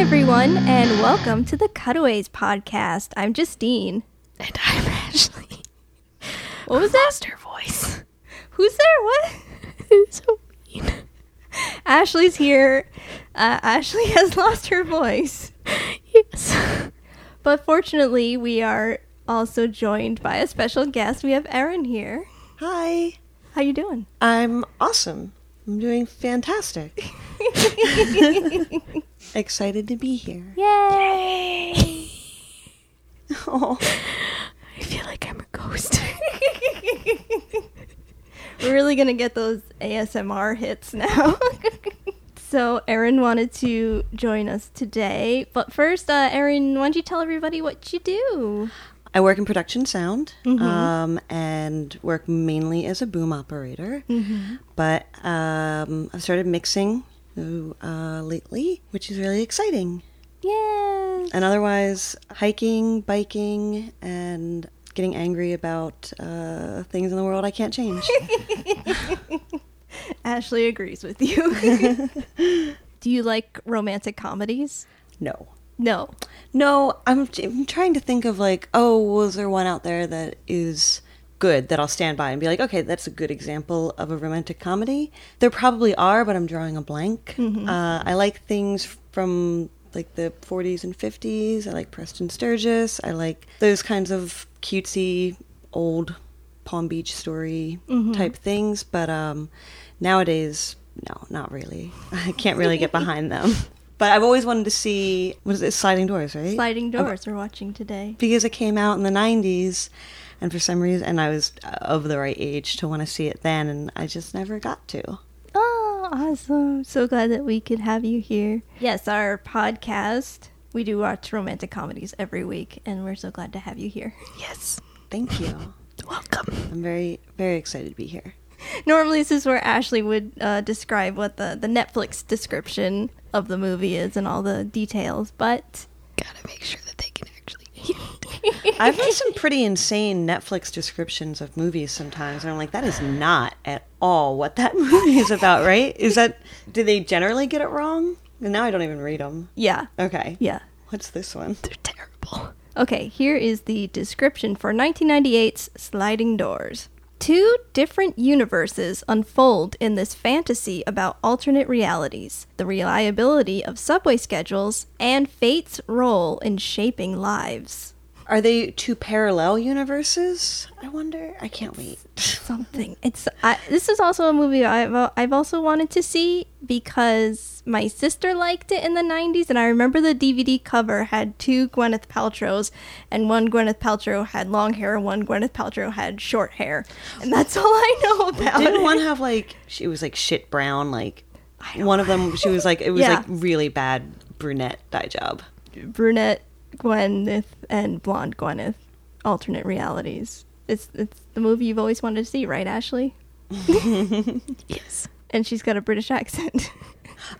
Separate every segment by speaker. Speaker 1: everyone, and welcome to the Cutaways Podcast. I'm Justine.
Speaker 2: And I'm Ashley.
Speaker 1: What was that?
Speaker 2: Lost her voice.
Speaker 1: Who's there? What?
Speaker 2: It's so mean.
Speaker 1: Ashley's here. Uh, Ashley has lost her voice.
Speaker 2: Yes.
Speaker 1: But fortunately, we are also joined by a special guest. We have Erin here.
Speaker 3: Hi,
Speaker 1: How you doing?
Speaker 3: I'm awesome. I'm doing fantastic. Excited to be here.
Speaker 1: Yay!
Speaker 3: Oh,
Speaker 2: I feel like I'm a ghost.
Speaker 1: We're really gonna get those ASMR hits now. so Erin wanted to join us today, but first, uh, Erin, why don't you tell everybody what you do?
Speaker 3: I work in production sound um, and work mainly as a boom operator,
Speaker 1: Mm-hmm.
Speaker 3: but um, I've started mixing uh, lately, which is really exciting.
Speaker 1: Yes.
Speaker 3: And otherwise, hiking, biking, and getting angry about uh, things in the world I can't change.
Speaker 1: Ashley agrees with you. do you like romantic comedies?
Speaker 3: no.
Speaker 1: No.
Speaker 3: No, I'm, I'm trying to think of like, oh, was there one out there that is good that I'll stand by and be like, okay, that's a good example of a romantic comedy. There probably are, but I'm drawing a blank. Uh, I like things from like the 40s and 50s. I like Preston Sturgis. I like those kinds of cutesy old Palm Beach story type things. But um, nowadays, no, not really. I can't really get behind them. But I've always wanted to see what is it, sliding doors, right?
Speaker 1: Sliding Doors we're watching today.
Speaker 3: because it came out in the 90s and for some reason and i was uh, of the right age to want to see it then and i just never got to
Speaker 1: Oh, awesome. So glad that we could have you here. Yes, our podcast. We do watch romantic comedies every week, and we're so glad to have you here.
Speaker 2: yes.
Speaker 3: thank you
Speaker 2: Welcome.
Speaker 3: i'm very very excited to be here
Speaker 1: Normally, this is where Ashley would uh, describe what the, the Netflix description of the movie is and all the details, but
Speaker 2: Gotta make sure that they can actually eat.
Speaker 3: i've read some pretty insane netflix descriptions of movies sometimes and i'm like that is not at all what that movie is about right is that do they generally get it wrong and now i don't even read them
Speaker 1: yeah.
Speaker 3: okay
Speaker 1: Yeah.
Speaker 3: what's this one
Speaker 2: They're terrible.
Speaker 1: Okay, here is the description for 1998's Sliding Doors. Two different universes unfold in this fantasy about alternate realities, the reliability of subway schedules, and fate's role in shaping lives.
Speaker 3: are they two parallel universes i wonder i can't wait
Speaker 1: Something. It's I, this is also a movie I've al- I've also wanted to see because my sister liked it in the 90s, and I remember the DVD cover had two Gwyneth Paltrows, and one Gwyneth Paltrow had long hair, and one Gwyneth Paltrow had short hair, and that's all I know about
Speaker 3: Didn't
Speaker 1: it.
Speaker 3: one have like she was like shit brown like one of them she was like it was
Speaker 1: Yeah.
Speaker 3: like really bad brunette dye job.
Speaker 1: Brunette Gwyneth and blonde Gwyneth, alternate realities. It's it's the movie you've always wanted to see, right, Ashley?
Speaker 2: Yes.
Speaker 1: And she's got a British accent.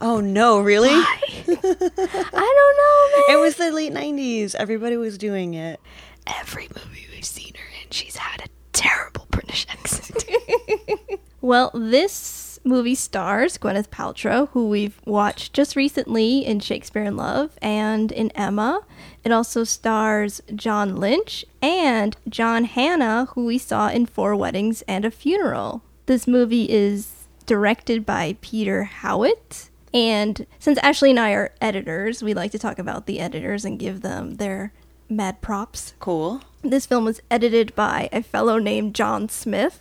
Speaker 3: Oh no, really?
Speaker 1: I don't know, man.
Speaker 3: It was the late nineties. Everybody was doing it.
Speaker 2: Every movie we've seen her in, she's had a terrible British accent.
Speaker 1: Well, this movie stars Gwyneth Paltrow, who we've watched just recently in Shakespeare in Love and in Emma. It also stars John Lynch and John Hannah, who we saw in Four Weddings and a Funeral. This movie is directed by Peter Howitt. And since Ashley and I are editors, we like to talk about the editors and give them their mad props.
Speaker 3: Cool.
Speaker 1: This film was edited by a fellow named John Smith.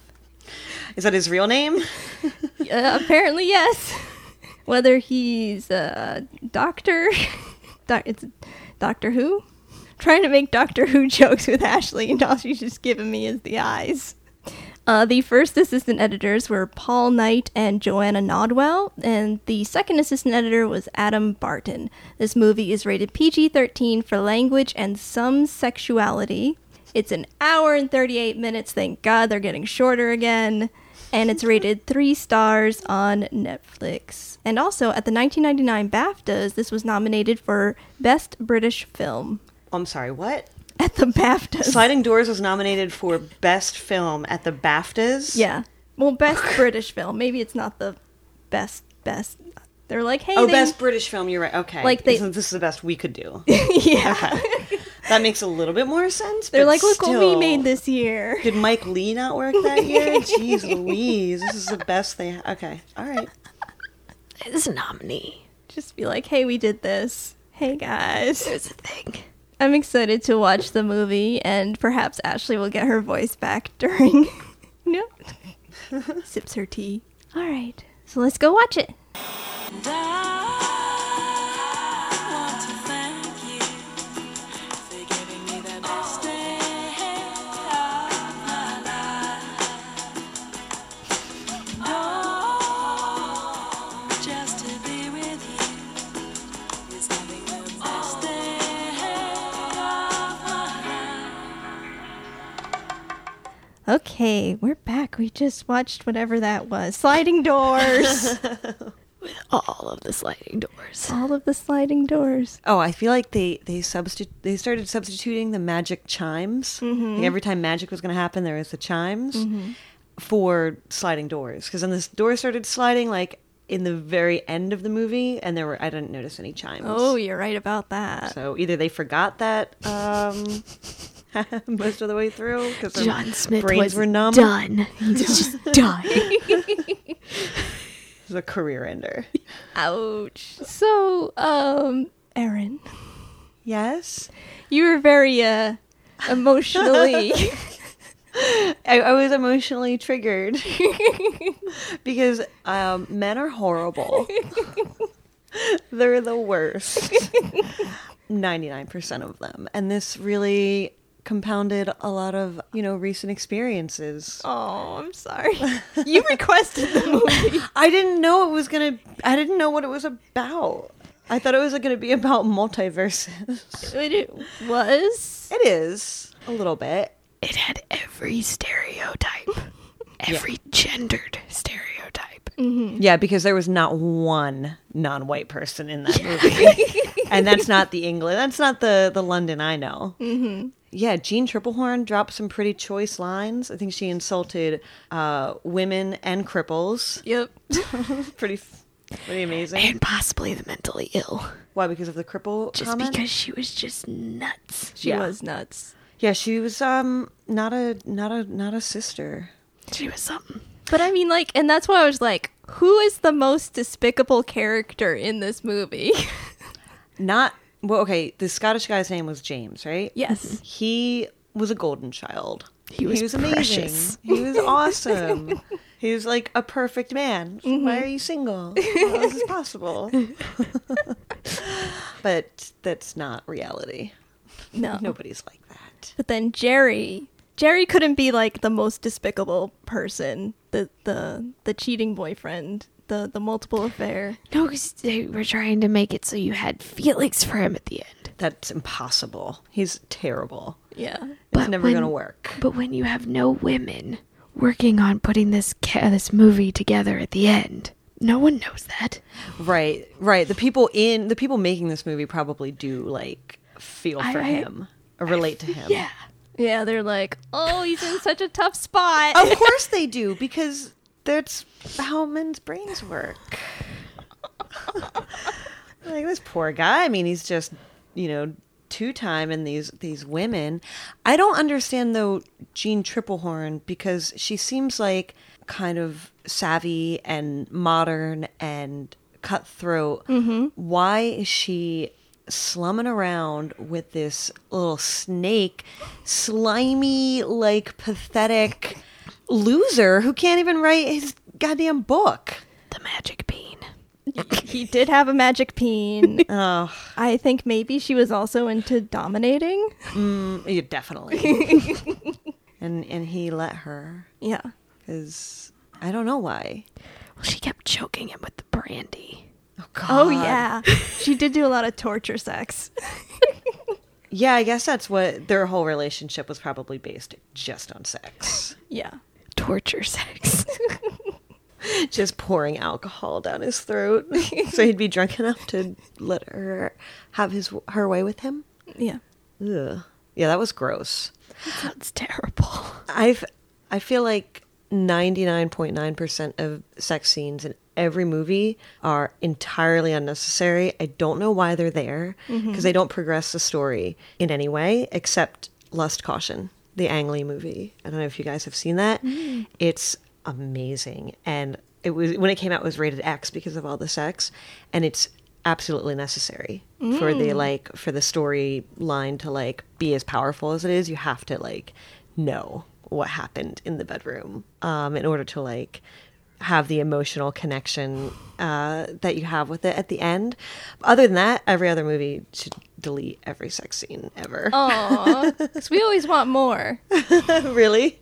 Speaker 3: Is that his real name? Oh,
Speaker 1: Uh, apparently, yes. Whether he's a doctor, doc, it's Doctor Who. trying to make Doctor Who jokes with Ashley, and all she's just giving me is the eyes. Uh, the first assistant editors were Paul Knight and Joanna Nodwell, and the second assistant editor was Adam Barton. This movie is rated PG 13 for language and some sexuality. It's an hour and 38 minutes. Thank God they're getting shorter again. And it's rated three stars on Netflix. And also at the 1999 BAFTAs, this was nominated for Best British Film.
Speaker 3: I'm sorry, what?
Speaker 1: At the BAFTAs.
Speaker 3: Sliding Doors was nominated for Best Film at the BAFTAs.
Speaker 1: Yeah. Well, best British film. Maybe it's not the best best. They're like, hey,
Speaker 3: Oh,
Speaker 1: they-
Speaker 3: best British film. You're right. Okay,
Speaker 1: Like they-
Speaker 3: So this is the best we could do.
Speaker 1: yeah.
Speaker 3: that makes a little bit more sense.
Speaker 1: They're
Speaker 3: but
Speaker 1: like, look what we
Speaker 3: still-
Speaker 1: made this year.
Speaker 3: Did Mike Lee not work that year? Jeez Louise, this is the best they. Ha- okay, all right.
Speaker 2: It's a nominee.
Speaker 1: Just be like, hey, we did this. Hey guys,
Speaker 2: There's a thing.
Speaker 1: I'm excited to watch the movie, and perhaps Ashley will get her voice back during. no, sips her tea. All right, so let's go watch it. Okay, we're back. We just watched whatever that was. Sliding doors.
Speaker 2: All of the sliding doors.
Speaker 1: All of the sliding doors.
Speaker 3: Oh, I feel like they they substitute they started substituting the magic chimes.
Speaker 2: Mm-hmm.
Speaker 3: Like every time magic was going to happen, there was the chimes for sliding doors. Because then this door started sliding like in the very end of the movie, and there were I didn't notice any chimes.
Speaker 1: Oh, you're right about that.
Speaker 3: so either they forgot that um, most of the way through because
Speaker 2: John Smith
Speaker 3: brains
Speaker 2: was
Speaker 3: were numb.
Speaker 2: done. He was just done.
Speaker 3: It was a career ender.
Speaker 1: Ouch. So, um, Erin,
Speaker 3: yes.
Speaker 1: you were very uh emotionally.
Speaker 3: I, I was emotionally triggered because um, men are horrible. They're the worst. 99% of them. And this really compounded a lot of, you know, recent experiences.
Speaker 1: oh, I'm sorry. You requested the movie.
Speaker 3: I didn't know it was going to, I didn't know what it was about. I thought it was going to be about multiverses.
Speaker 1: But It was.
Speaker 3: It is a little bit.
Speaker 2: It had every stereotype, every gendered stereotype.
Speaker 3: Yeah, because there was not one non-white person in that movie, and that's not the England. That's not the the London I know. Mm-hmm. Yeah, Jean Triplehorn dropped some pretty choice lines. I think she insulted uh, women and cripples.
Speaker 1: Yep.
Speaker 3: Pretty, f- pretty amazing.
Speaker 2: And possibly the mentally ill.
Speaker 3: Why? Because of the cripple
Speaker 2: Just
Speaker 3: comment.
Speaker 2: because she was just nuts.
Speaker 1: She
Speaker 3: Yeah.
Speaker 1: was nuts.
Speaker 3: yeah, she was um not a not a not a sister.
Speaker 2: She was something.
Speaker 1: But I mean, like, and that's why I was like, who is the most despicable character in this movie?
Speaker 3: Not well. Okay, the Scottish guy's name was James, right?
Speaker 1: yes.
Speaker 3: He was a golden child.
Speaker 2: He was precious.
Speaker 3: He was awesome. he was like a perfect man.
Speaker 2: Mm-hmm.
Speaker 3: Why are you single? How is this possible? but that's not reality.
Speaker 1: No.
Speaker 3: Nobody's like that.
Speaker 1: But then Jerry, Jerry couldn't be like the most despicable person, the the the cheating boyfriend, the the multiple affair.
Speaker 2: No, because they were trying to make it so you had feelings for him at the end.
Speaker 3: That's impossible. He's terrible.
Speaker 1: Yeah.
Speaker 3: It's
Speaker 2: But
Speaker 3: never
Speaker 2: when-
Speaker 3: going to work.
Speaker 2: But when you have no women working on putting this ca- this movie together at the end, no one knows that.
Speaker 3: Right. Right. The people in the people making this movie probably do like feel
Speaker 2: I-
Speaker 3: for
Speaker 2: I-
Speaker 3: him or relate to him.
Speaker 2: Yeah.
Speaker 1: Yeah, they're like, "Oh, he's in such a tough spot."
Speaker 3: Of course they do because that's how men's brains work. like this poor guy. I mean, he's just you know two time in these these women. I don't understand though Jean Triplehorn because she seems like kind of savvy and modern and cutthroat. Why is she? slumming around with this little snake slimy like pathetic loser who can't even write his goddamn book
Speaker 2: The magic bean.
Speaker 1: he did have a magic peen.
Speaker 3: oh
Speaker 1: I think maybe she was also into dominating.
Speaker 3: Yeah, definitely. and and he let her
Speaker 1: Yeah.
Speaker 3: because I don't know why.
Speaker 2: Well, she kept choking him with the brandy.
Speaker 3: Oh God.
Speaker 1: Oh yeah. she did do a lot of torture sex.
Speaker 3: Yeah, I guess that's what their whole relationship was probably based just on sex,
Speaker 1: yeah.
Speaker 2: Torture sex.
Speaker 3: just pouring alcohol down his throat, so he'd be drunk enough to let her have his her way with him.
Speaker 1: Yeah.
Speaker 3: Ugh. Yeah, that was gross.
Speaker 2: Sounds terrible.
Speaker 3: I've I feel like 99.9% of sex scenes in every movie are entirely unnecessary. I don't know why they're there because they don't progress the story in any way except Lust Caution, the Ang Lee movie. I don't know if you guys have seen that. It's amazing. And it was when it came out it was rated X because of all the sex and it's absolutely necessary for the like for the storyline to like be as powerful as it is you have to like know what happened in the bedroom um in order to like have the emotional connection uh that you have with it at the end other than that every other movie should delete every sex scene ever
Speaker 2: Oh.
Speaker 1: Aw, because we always want more.
Speaker 3: really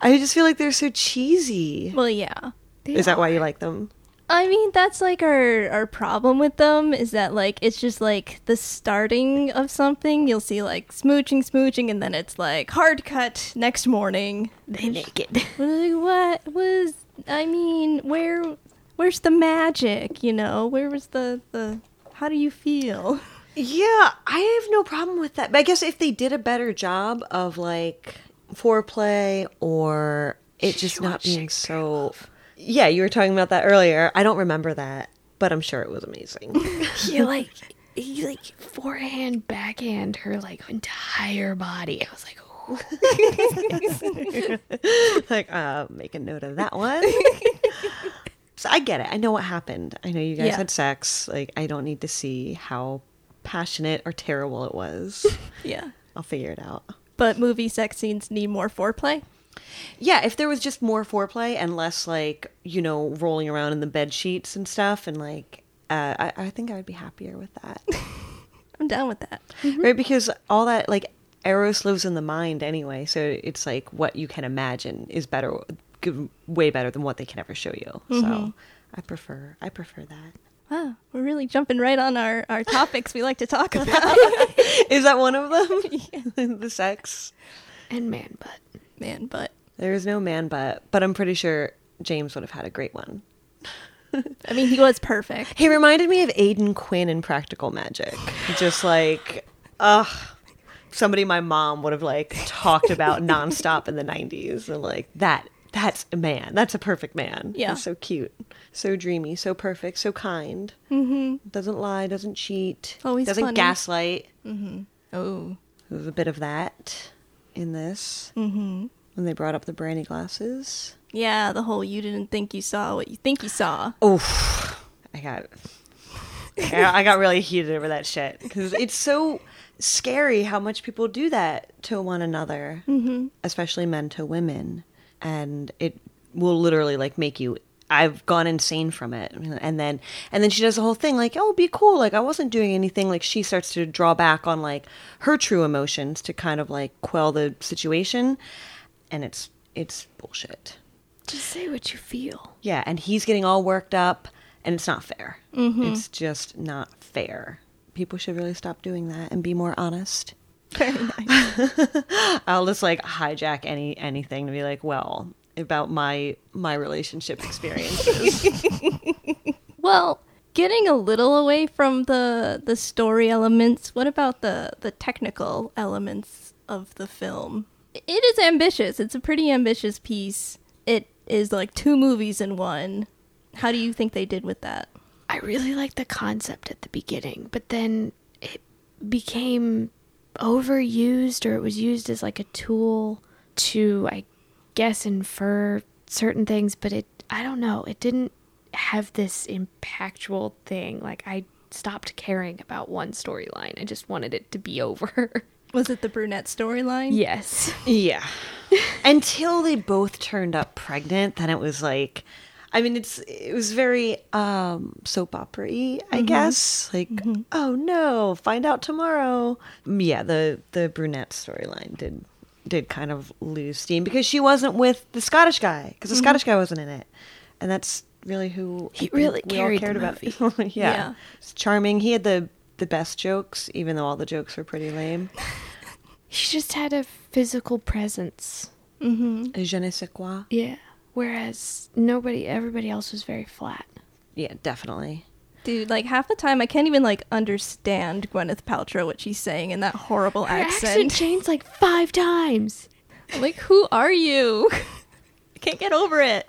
Speaker 3: i just feel like they're so cheesy
Speaker 1: Well, yeah.
Speaker 2: They
Speaker 3: is that
Speaker 2: are-
Speaker 3: why you like them
Speaker 1: I mean, that's like our our problem with them is that like it's just like the starting of something. You'll see like smooching, smooching, and then it's like hard cut next morning.
Speaker 2: They naked.
Speaker 1: Like, What was? I mean, where? Where's the magic? You know, where was the the? How do you feel?
Speaker 3: Yeah, I have no problem with that. But I guess if they did a better job of like foreplay or it just not being so. Yeah, you were talking about that earlier. I don't remember that, but I'm sure it was amazing.
Speaker 2: He like he like forehand backhand her like entire body. I was like, ooh.
Speaker 3: like, uh, make a note of that one. so I get it. I know what happened. I know you guys
Speaker 1: Yeah.
Speaker 3: had sex. Like, I don't need to see how passionate or terrible it was.
Speaker 1: Yeah.
Speaker 3: I'll figure it out.
Speaker 1: But movie sex scenes need more foreplay.
Speaker 3: Yeah, if there was just more foreplay and less like you know rolling around in the bed sheets and stuff, and like uh, I, I think I would be happier with that,
Speaker 1: I'm down with that.
Speaker 3: right? Because all that like Eros lives in the mind anyway, so it's like what you can imagine is better, g- way better than what they can ever show you. So I prefer I prefer that.
Speaker 1: Wow, we're really jumping right on our our topics we like to talk about.
Speaker 3: Is that one of them? the sex.
Speaker 2: and man butt.
Speaker 1: Man, but
Speaker 3: There is no man butt, but I'm pretty sure James would have had a great one.
Speaker 1: I mean, he was perfect.
Speaker 3: He reminded me of Aiden Quinn in Practical Magic. Just like, ugh, somebody my mom would have like talked about nonstop in the '90s, and like that. That's a man. That's a perfect man.
Speaker 1: Yeah.
Speaker 3: He's so cute, so dreamy, so perfect, so kind. Mm-hmm. Doesn't lie. Doesn't cheat.
Speaker 1: Always
Speaker 3: doesn't
Speaker 1: funny.
Speaker 3: gaslight.
Speaker 1: Oh,
Speaker 3: There's a bit of that in this. Mm-hmm. When they brought up the brandy glasses.
Speaker 1: yeah, the whole you didn't think you saw what you think you saw.
Speaker 3: Oof. I got I got really heated over that shit because it's so scary how much people do that to one another, mm-hmm. especially men to women, and it will literally like make you. I've gone insane from it, and then and then she does the whole thing like, "Oh, be cool," like I wasn't doing anything. Like she starts to draw back on like her true emotions to kind of like quell the situation, and it's it's bullshit.
Speaker 2: Just say what you feel.
Speaker 3: Yeah, and he's getting all worked up, and it's not fair.
Speaker 1: Mm-hmm.
Speaker 3: It's just not fair. People should really stop doing that and be more honest.
Speaker 1: Very nice.
Speaker 3: I'll just like hijack any anything to be like, well, about my my relationship experiences.
Speaker 1: well, getting a little away from the the story elements, what about the the technical elements of the film? It is ambitious. It's a pretty ambitious piece. It is like two movies in one. How do you think they did with that?
Speaker 2: I really liked the concept at the beginning, but then it became overused or it was used as like a tool to I guess infer certain things, but it I don't know, it didn't have this impactful thing. Like I stopped caring about one storyline. I just wanted it to be over.
Speaker 1: Was it the brunette storyline?
Speaker 2: yes.
Speaker 3: yeah. Until they both turned up pregnant, then it was like I mean it's it was very um soap opera y, I
Speaker 2: Mm-hmm.
Speaker 3: guess. Like, oh no, find out tomorrow. Mm, Yeah, the the brunette storyline did did kind of lose steam because she wasn't with the Scottish guy because the Scottish guy wasn't in it. And that's really who I
Speaker 2: Mm-hmm. He
Speaker 3: think
Speaker 2: really
Speaker 3: we all
Speaker 2: carried the
Speaker 3: cared about.
Speaker 2: movie.
Speaker 3: yeah.
Speaker 1: Yeah.
Speaker 3: It's charming. He had the the best jokes, even though all the jokes were pretty lame.
Speaker 2: She just had a physical presence. Mm-hmm.
Speaker 3: Je ne sais quoi.
Speaker 2: Yeah. Whereas nobody everybody else was very flat.
Speaker 3: Yeah, definitely.
Speaker 1: Dude, like half the time I can't even like understand Gwyneth Paltrow what she's saying in that horrible
Speaker 2: Her
Speaker 1: accent.
Speaker 2: accent changed like five times.
Speaker 1: I'm like, who are you? can't get over it.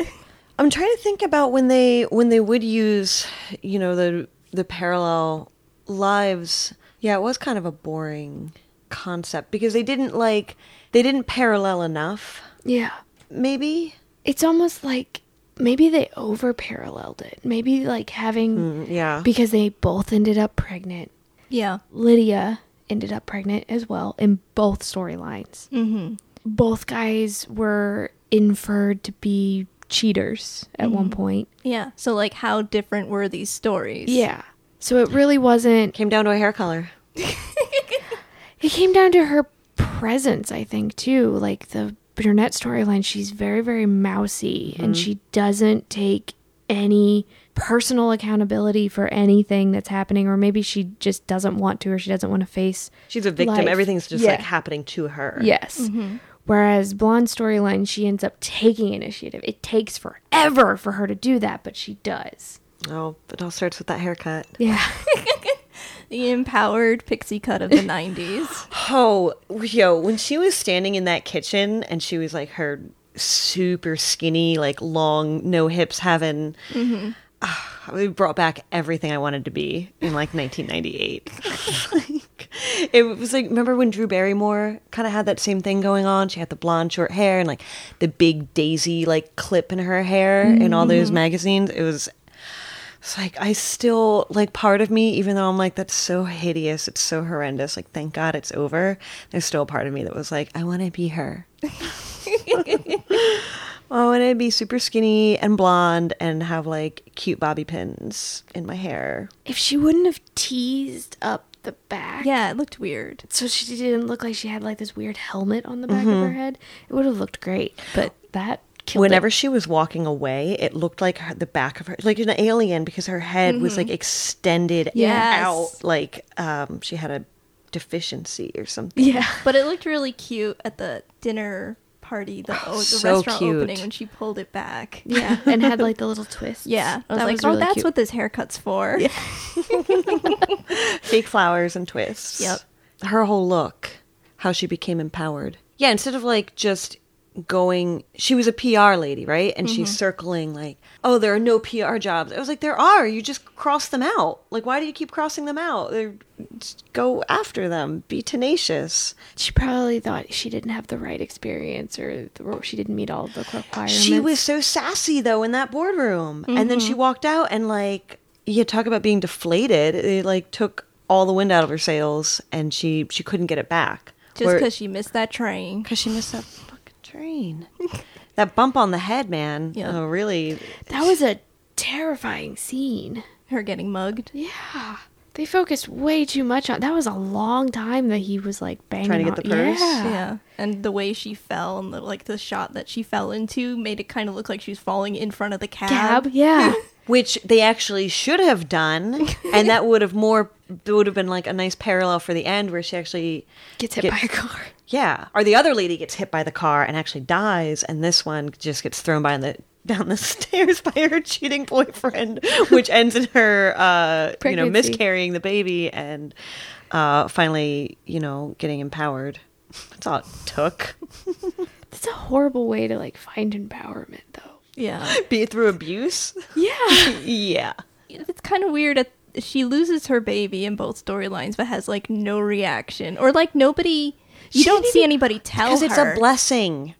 Speaker 3: I'm trying to think about when they when they would use, you know, the the parallel lives. Yeah, it was kind of a boring concept because they didn't like they didn't parallel enough.
Speaker 2: Yeah.
Speaker 3: Maybe
Speaker 2: It's almost like maybe they over paralleled it. Maybe like having
Speaker 3: Mm, yeah.
Speaker 2: because they both ended up pregnant.
Speaker 1: Yeah.
Speaker 2: Lydia ended up pregnant as well in both storylines.
Speaker 1: Mm-hmm.
Speaker 2: Both guys were inferred to be cheaters at one point.
Speaker 1: Yeah. So like, how different were these stories?
Speaker 2: Yeah. So it really wasn't.
Speaker 3: came down to a hair color.
Speaker 2: It came down to her presence, I think, too. Like the Burnett storyline, she's very, very mousy and she doesn't take any personal accountability for anything that's happening, or maybe she just doesn't want to, or she doesn't want to face
Speaker 3: She's a victim.
Speaker 2: Life.
Speaker 3: Everything's just
Speaker 2: Yeah.
Speaker 3: like happening to her.
Speaker 2: Yes. Whereas blonde storyline, she ends up taking initiative. It takes forever for her to do that, but she does.
Speaker 3: Oh, it all starts with that haircut.
Speaker 2: Yeah.
Speaker 1: The empowered pixie cut of the '90s.
Speaker 3: Oh, yo, when she was standing in that kitchen and she was like her super skinny, like long, no hips having. Ah, it brought back everything I wanted to be in like 1998. Like, it was like, remember when Drew Barrymore kind of had that same thing going on? She had the blonde short hair and like the big daisy like clip in her hair in all those magazines. It was it's like I still like part of me, even though I'm like that's so hideous, it's so horrendous. Like thank God it's over. There's still a part of me that was like I want to be her. I want to be super skinny and blonde and have like cute bobby pins in my hair.
Speaker 2: if she wouldn't have teased up the back,
Speaker 1: yeah, it looked weird.
Speaker 2: so she didn't look like she had like this weird helmet on the back of her head, it would have looked great. But that killed
Speaker 3: Whenever
Speaker 2: it.
Speaker 3: she was walking away, it looked like her, the back of her, like an alien, because her head was
Speaker 2: Mm-hmm.
Speaker 3: like extended
Speaker 1: Yes.
Speaker 3: out, like um, she had a deficiency or something.
Speaker 2: Yeah.
Speaker 1: But it looked really cute at the dinner party, the, oh, the
Speaker 3: so
Speaker 1: restaurant
Speaker 3: cute.
Speaker 1: opening when she pulled it back.
Speaker 2: Yeah. And had like the little twist.
Speaker 1: Yeah, I was like, oh, that's what this haircut's for.
Speaker 3: fake flowers and twists.
Speaker 1: Yep.
Speaker 3: Her whole look, how she became empowered. Yeah, instead of like just going, she was a PR lady, right? And she's circling like, oh, there are no PR jobs. I was like, there are. You just cross them out. Like, why do you keep crossing them out? They're, just go after them. Be tenacious.
Speaker 2: She probably thought she didn't have the right experience or, the, or she didn't meet all of the requirements.
Speaker 3: She was so sassy though in that boardroom, and then she walked out and like you talk about being deflated. It like took all the wind out of her sails, and she she couldn't get it back.
Speaker 1: Just
Speaker 3: Where-
Speaker 1: because she missed that train.
Speaker 3: Because she missed that fucking train. that bump on the head, man.
Speaker 1: Yeah.
Speaker 3: Oh, really?
Speaker 2: That was a terrifying scene.
Speaker 1: Her getting mugged.
Speaker 2: Yeah. They focused way too much on that was a long time that he was like banging
Speaker 3: Trying to get
Speaker 2: on-
Speaker 3: the purse?
Speaker 2: Yeah.
Speaker 1: Yeah, and the way she fell and the, like the shot that she fell into made it kind of look like she was falling in front of the cab.
Speaker 2: Cab, yeah.
Speaker 3: Which they actually should have done, and that would have more would have been like a nice parallel for the end where she actually,
Speaker 2: Gets hit
Speaker 3: Get-
Speaker 2: by a car.
Speaker 3: yeah, or the other lady gets hit by the car and actually dies, and this one just gets thrown by the down the stairs by her cheating boyfriend, which ends in her, uh, you know,
Speaker 2: Pregnancy.
Speaker 3: miscarrying the baby and uh, finally, you know, getting empowered. That's all it took.
Speaker 2: That's a horrible way to like find empowerment though.
Speaker 1: Yeah,
Speaker 3: Be it through abuse.
Speaker 2: Yeah.
Speaker 3: yeah.
Speaker 1: it's kind of weird. At, she loses her baby in both storylines, but has like no reaction or like nobody. You don't see anybody tell
Speaker 3: Because
Speaker 1: her.
Speaker 3: it's a blessing.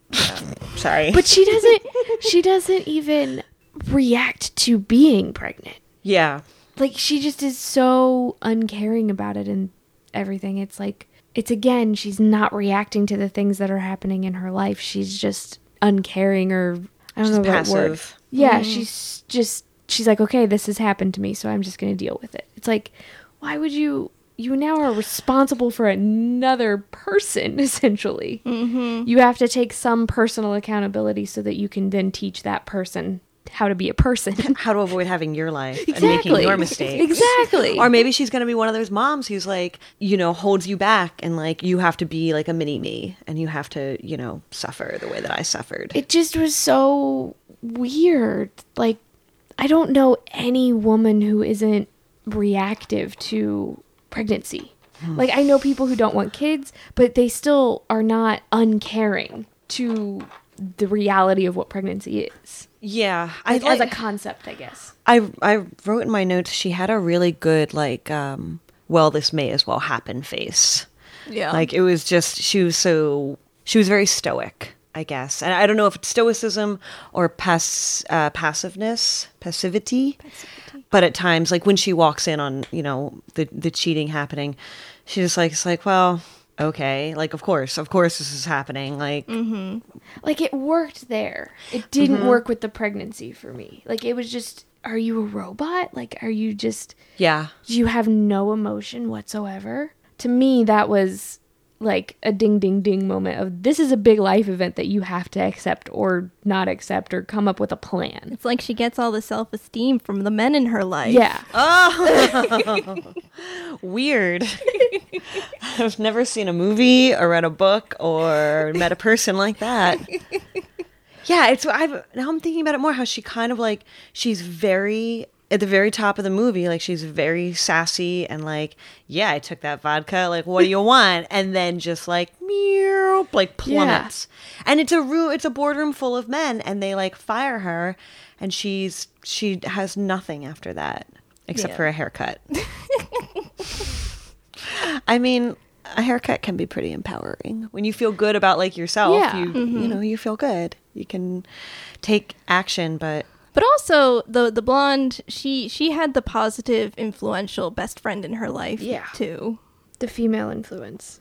Speaker 3: Sorry.
Speaker 2: but she doesn't she doesn't even react to being pregnant.
Speaker 3: yeah.
Speaker 2: Like she just is so uncaring about it and everything. It's like it's again, she's not reacting to the things that are happening in her life. She's just uncaring or I don't know what word.
Speaker 3: passive.
Speaker 2: Yeah, she's just she's like, okay, this has happened to me, so I'm just going to deal with it. It's like, why would you? You now are responsible for another person, essentially. Mm-hmm. You have to take some personal accountability so that you can then teach that person how to be a person.
Speaker 3: How to avoid having your life and
Speaker 2: Exactly.
Speaker 3: making your mistakes.
Speaker 2: Exactly.
Speaker 3: Or maybe she's going to be one of those moms who's like, you know, holds you back and like, you have to be like a mini me and you have to, you know, suffer the way that I suffered.
Speaker 2: it just was so weird. Like, I don't know any woman who isn't reactive to pregnancy.
Speaker 3: Hmm.
Speaker 2: Like, I know people who don't want kids, but they still are not uncaring to the reality of what pregnancy is
Speaker 3: Yeah,
Speaker 2: like,
Speaker 3: I
Speaker 2: as a
Speaker 3: like.
Speaker 2: concept, I guess.
Speaker 3: I I wrote in my notes she had a really good like. um Well, this may as well happen face.
Speaker 1: Yeah.
Speaker 3: Like it was just she was so she was very stoic, I guess. And I don't know if it's stoicism or pass uh, passiveness, passivity. But at times, like when she walks in on you know the the cheating happening, she just like it's like well. Okay, like of course, of course this is happening. Like
Speaker 2: Like it worked there. It
Speaker 3: Mm-hmm.
Speaker 2: didn't work with the pregnancy for me. Like it was just, are you a robot? Like are you just
Speaker 3: yeah.
Speaker 2: you have no emotion whatsoever? To me, that was like a ding ding ding moment of this is a big life event that you have to accept or not accept or come up with a plan.
Speaker 1: it's like she gets all the self esteem from the men in her life.
Speaker 2: Yeah.
Speaker 3: Weird. I've never seen a movie or read a book or met a person like that. Yeah, it's I've now I'm thinking about it more how she kind of like she's very at the very top of the movie, like she's very sassy and like, yeah, I took that vodka. Like, what do you want? And then just like, meow, like plummets. And it's a room, it's a boardroom full of men, and they like fire her, and she's she has nothing after that except
Speaker 1: Yeah.
Speaker 3: for a haircut. I mean, a haircut can be pretty empowering. When you feel good about like yourself,
Speaker 2: Yeah.
Speaker 3: you
Speaker 1: Mm-hmm.
Speaker 3: you know, you feel good. You can take action, but
Speaker 1: But also the the blonde, she she had the positive, influential best friend in her life.
Speaker 2: Yeah.
Speaker 1: Too.
Speaker 2: The female influence.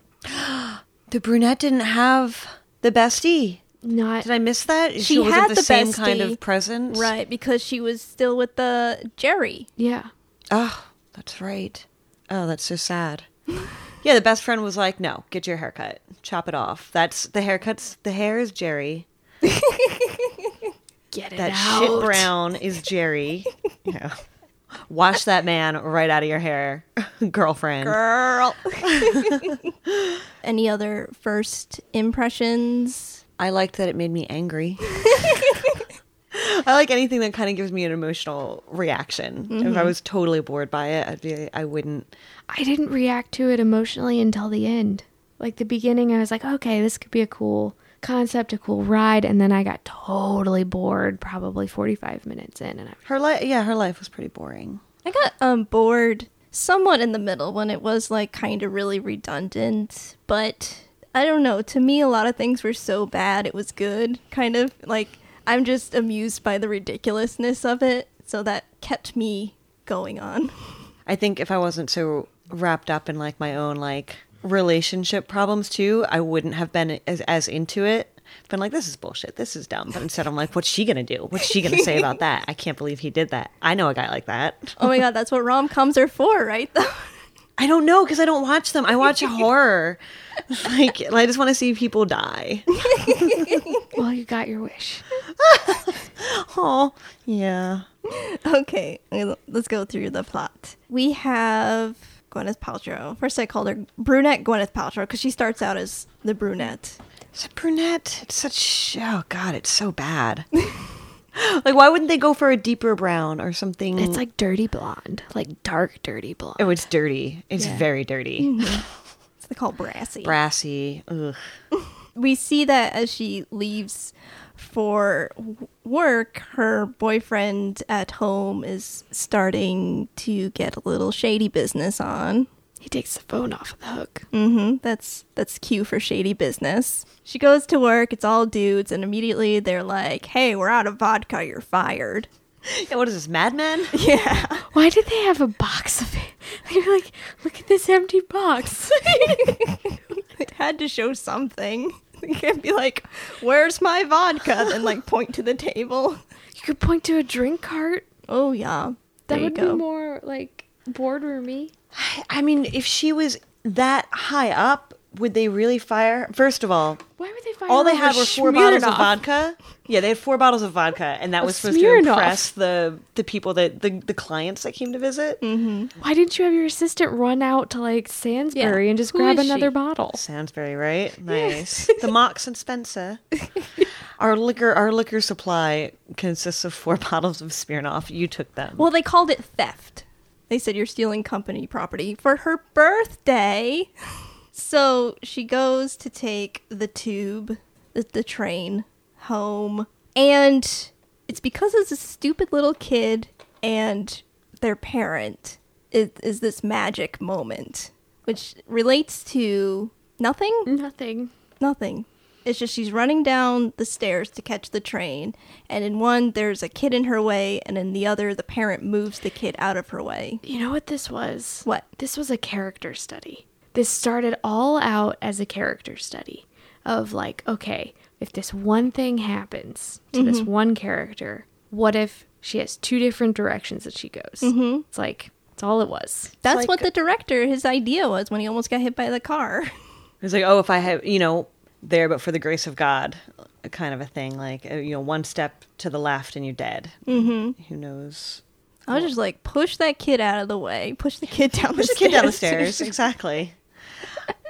Speaker 3: the brunette didn't have the bestie.
Speaker 2: Not
Speaker 3: Did I miss that? She, wasn't
Speaker 1: had
Speaker 3: the,
Speaker 1: the
Speaker 3: same kind
Speaker 1: bestie.
Speaker 3: of presence.
Speaker 1: Right, because she was still with the Jerry.
Speaker 2: yeah.
Speaker 3: Oh, that's right. Oh, that's so sad. yeah, the best friend was like, "No, get your haircut. Chop it off. That's the haircuts. The hair is Jerry.
Speaker 2: Get it
Speaker 3: That
Speaker 2: out.
Speaker 3: shit brown is Jerry. yeah. Wash that man right out of your hair, girlfriend.
Speaker 1: Girl. Any other first impressions?
Speaker 3: I liked that it made me angry. I like anything that kind of gives me an emotional reaction. If I was totally bored by it, I'd be, I wouldn't.
Speaker 2: I didn't react to it emotionally until the end. Like the beginning, I was like, okay, this could be a cool concept, a cool ride. And then I got totally bored probably 45 minutes in. And I,
Speaker 3: Her life, yeah, her life was pretty boring.
Speaker 1: I got um bored somewhat in the middle when it was like kind of really redundant, but I don't know. To me, a lot of things were so bad it was good, kind of like I'm just amused by the ridiculousness of it, so that kept me going on.
Speaker 3: I think if I wasn't so wrapped up in like my own like relationship problems too, I wouldn't have been as, as into it. Been like, this is bullshit. This is dumb. But instead, I'm like, what's she gonna do? What's she gonna say about that? I can't believe he did that. I know a guy like that.
Speaker 1: Oh my god, that's what rom coms are for, right? Though
Speaker 3: I don't know because I don't watch them. I watch horror. Like, I just want to see people die.
Speaker 2: well, you got your wish.
Speaker 3: Oh, yeah.
Speaker 1: okay, let's go through the plot. We have Gwyneth Paltrow. First, I called her brunette Gwyneth Paltrow because she starts out as the brunette.
Speaker 3: It's a brunette. It's such. Oh God, it's so bad. like, why wouldn't they go for a deeper brown or something?
Speaker 2: It's like dirty blonde, like dark, dirty blonde.
Speaker 3: oh, it's dirty. It's
Speaker 2: Yeah.
Speaker 3: very dirty,
Speaker 1: It's called brassy.
Speaker 3: brassy. Ugh.
Speaker 1: we see that as she leaves for w- work, her boyfriend at home is starting to get a little shady business on.
Speaker 2: He takes the phone off of the hook.
Speaker 1: Mm-hmm. That's that's cue for shady business. She goes to work. It's all dudes, and immediately they're like, "Hey, we're out of vodka. You're fired."
Speaker 3: Yeah, what is this, Mad Men?
Speaker 1: Yeah,
Speaker 2: Why did they have a box of it? They were like, look at this empty box.
Speaker 1: it had to show something. You can't be like, "Where's my vodka?" Then like point to the table.
Speaker 2: you could point to a drink cart.
Speaker 1: Oh yeah,
Speaker 2: That
Speaker 1: there you
Speaker 2: would
Speaker 1: go.
Speaker 2: be more like boardroomy.
Speaker 3: I mean, if she was that high up, would they really fire? First of all,
Speaker 2: Why would they find
Speaker 3: all they had were four bottles of vodka. Yeah, they had four bottles of vodka, and that was supposed to
Speaker 2: Smirnoff.
Speaker 3: impress the the people that the, the clients that came to visit.
Speaker 2: Why didn't you have your assistant run out to like Sainsbury
Speaker 1: Yeah.
Speaker 2: and just
Speaker 1: Who
Speaker 2: grab
Speaker 1: is
Speaker 2: another
Speaker 1: she?
Speaker 2: bottle?
Speaker 3: Sounds very right. Nice. the Mox and Spencer. our liquor our liquor supply consists of four bottles of Smirnoff. You took them.
Speaker 1: Well, they called it theft. They said you're stealing company property for her birthday. So she goes to take the tube, the, the train home. And it's because it's a stupid little kid and their parent is, is this magic moment, which relates to nothing
Speaker 2: Nothing.
Speaker 1: nothing. It's just she's running down the stairs to catch the train, and in one there's a kid in her way, and in the other the parent moves the kid out of her way.
Speaker 2: You know what this was?
Speaker 1: What?
Speaker 2: This was a character study. This started all out as a character study of like, okay, if this one thing happens to this
Speaker 1: Mm-hmm.
Speaker 2: one character, what if she has two different directions that she goes? Mm-hmm. It's like, it's all it was.
Speaker 1: That's
Speaker 3: like-
Speaker 1: what the director his idea was when he almost got hit by the car.
Speaker 3: It's like, oh, if I have, you know, there but for the grace of God, kind of a thing. Like, uh, you know, one step to the left and you're dead. Mm-hmm. Who knows?
Speaker 1: I was just like, push that kid out of the way, push the kid down the
Speaker 3: Push the
Speaker 1: stairs.
Speaker 3: kid down the stairs. exactly.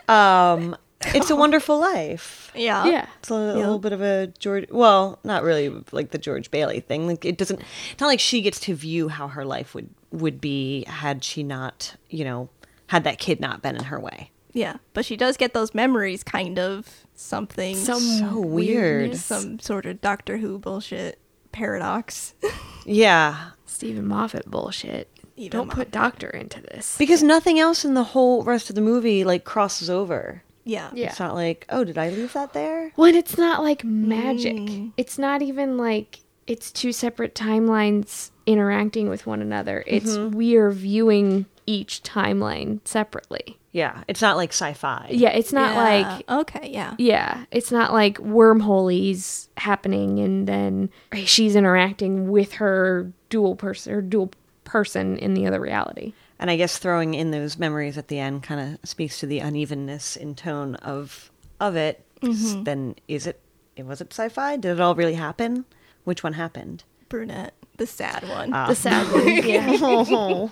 Speaker 3: Um, it's a wonderful life.
Speaker 1: yeah,
Speaker 2: Yeah.
Speaker 3: It's a, a little bit of a George. Well, not really like the George Bailey thing. Like it doesn't. It's not like she gets to view how her life would would be had she not, you know, had that kid not been in her way.
Speaker 1: yeah. But she does get those memories, kind of something,
Speaker 2: Some
Speaker 3: So weird.
Speaker 2: weirdness.
Speaker 1: some sort of Doctor Who bullshit paradox.
Speaker 3: Yeah,
Speaker 2: Stephen Moffat bullshit.
Speaker 1: Stephen
Speaker 2: Don't
Speaker 1: Moffat.
Speaker 2: put Doctor into this.
Speaker 3: because nothing else in the whole rest of the movie like crosses over.
Speaker 1: yeah,
Speaker 2: Yeah.
Speaker 3: It's not like, oh, did I leave that there?
Speaker 2: Well, and it's not like magic.
Speaker 1: Mm.
Speaker 2: It's not even like it's two separate timelines interacting with one another. It's
Speaker 1: Mm-hmm.
Speaker 2: we're viewing each timeline separately.
Speaker 3: Yeah, it's not like sci-fi.
Speaker 2: Yeah, it's not
Speaker 1: Yeah.
Speaker 2: like
Speaker 1: okay, yeah,
Speaker 2: yeah, it's not like wormholes happening and then she's interacting with her dual person or dual person in the other reality.
Speaker 3: And I guess throwing in those memories at the end kind of speaks to the unevenness in tone of of it. 'Cause
Speaker 1: Mm-hmm.
Speaker 3: Then is it was it sci-fi? Did it all really happen? Which one happened?
Speaker 1: brunette, the sad one,
Speaker 2: The sad one. Yeah.
Speaker 3: Oh.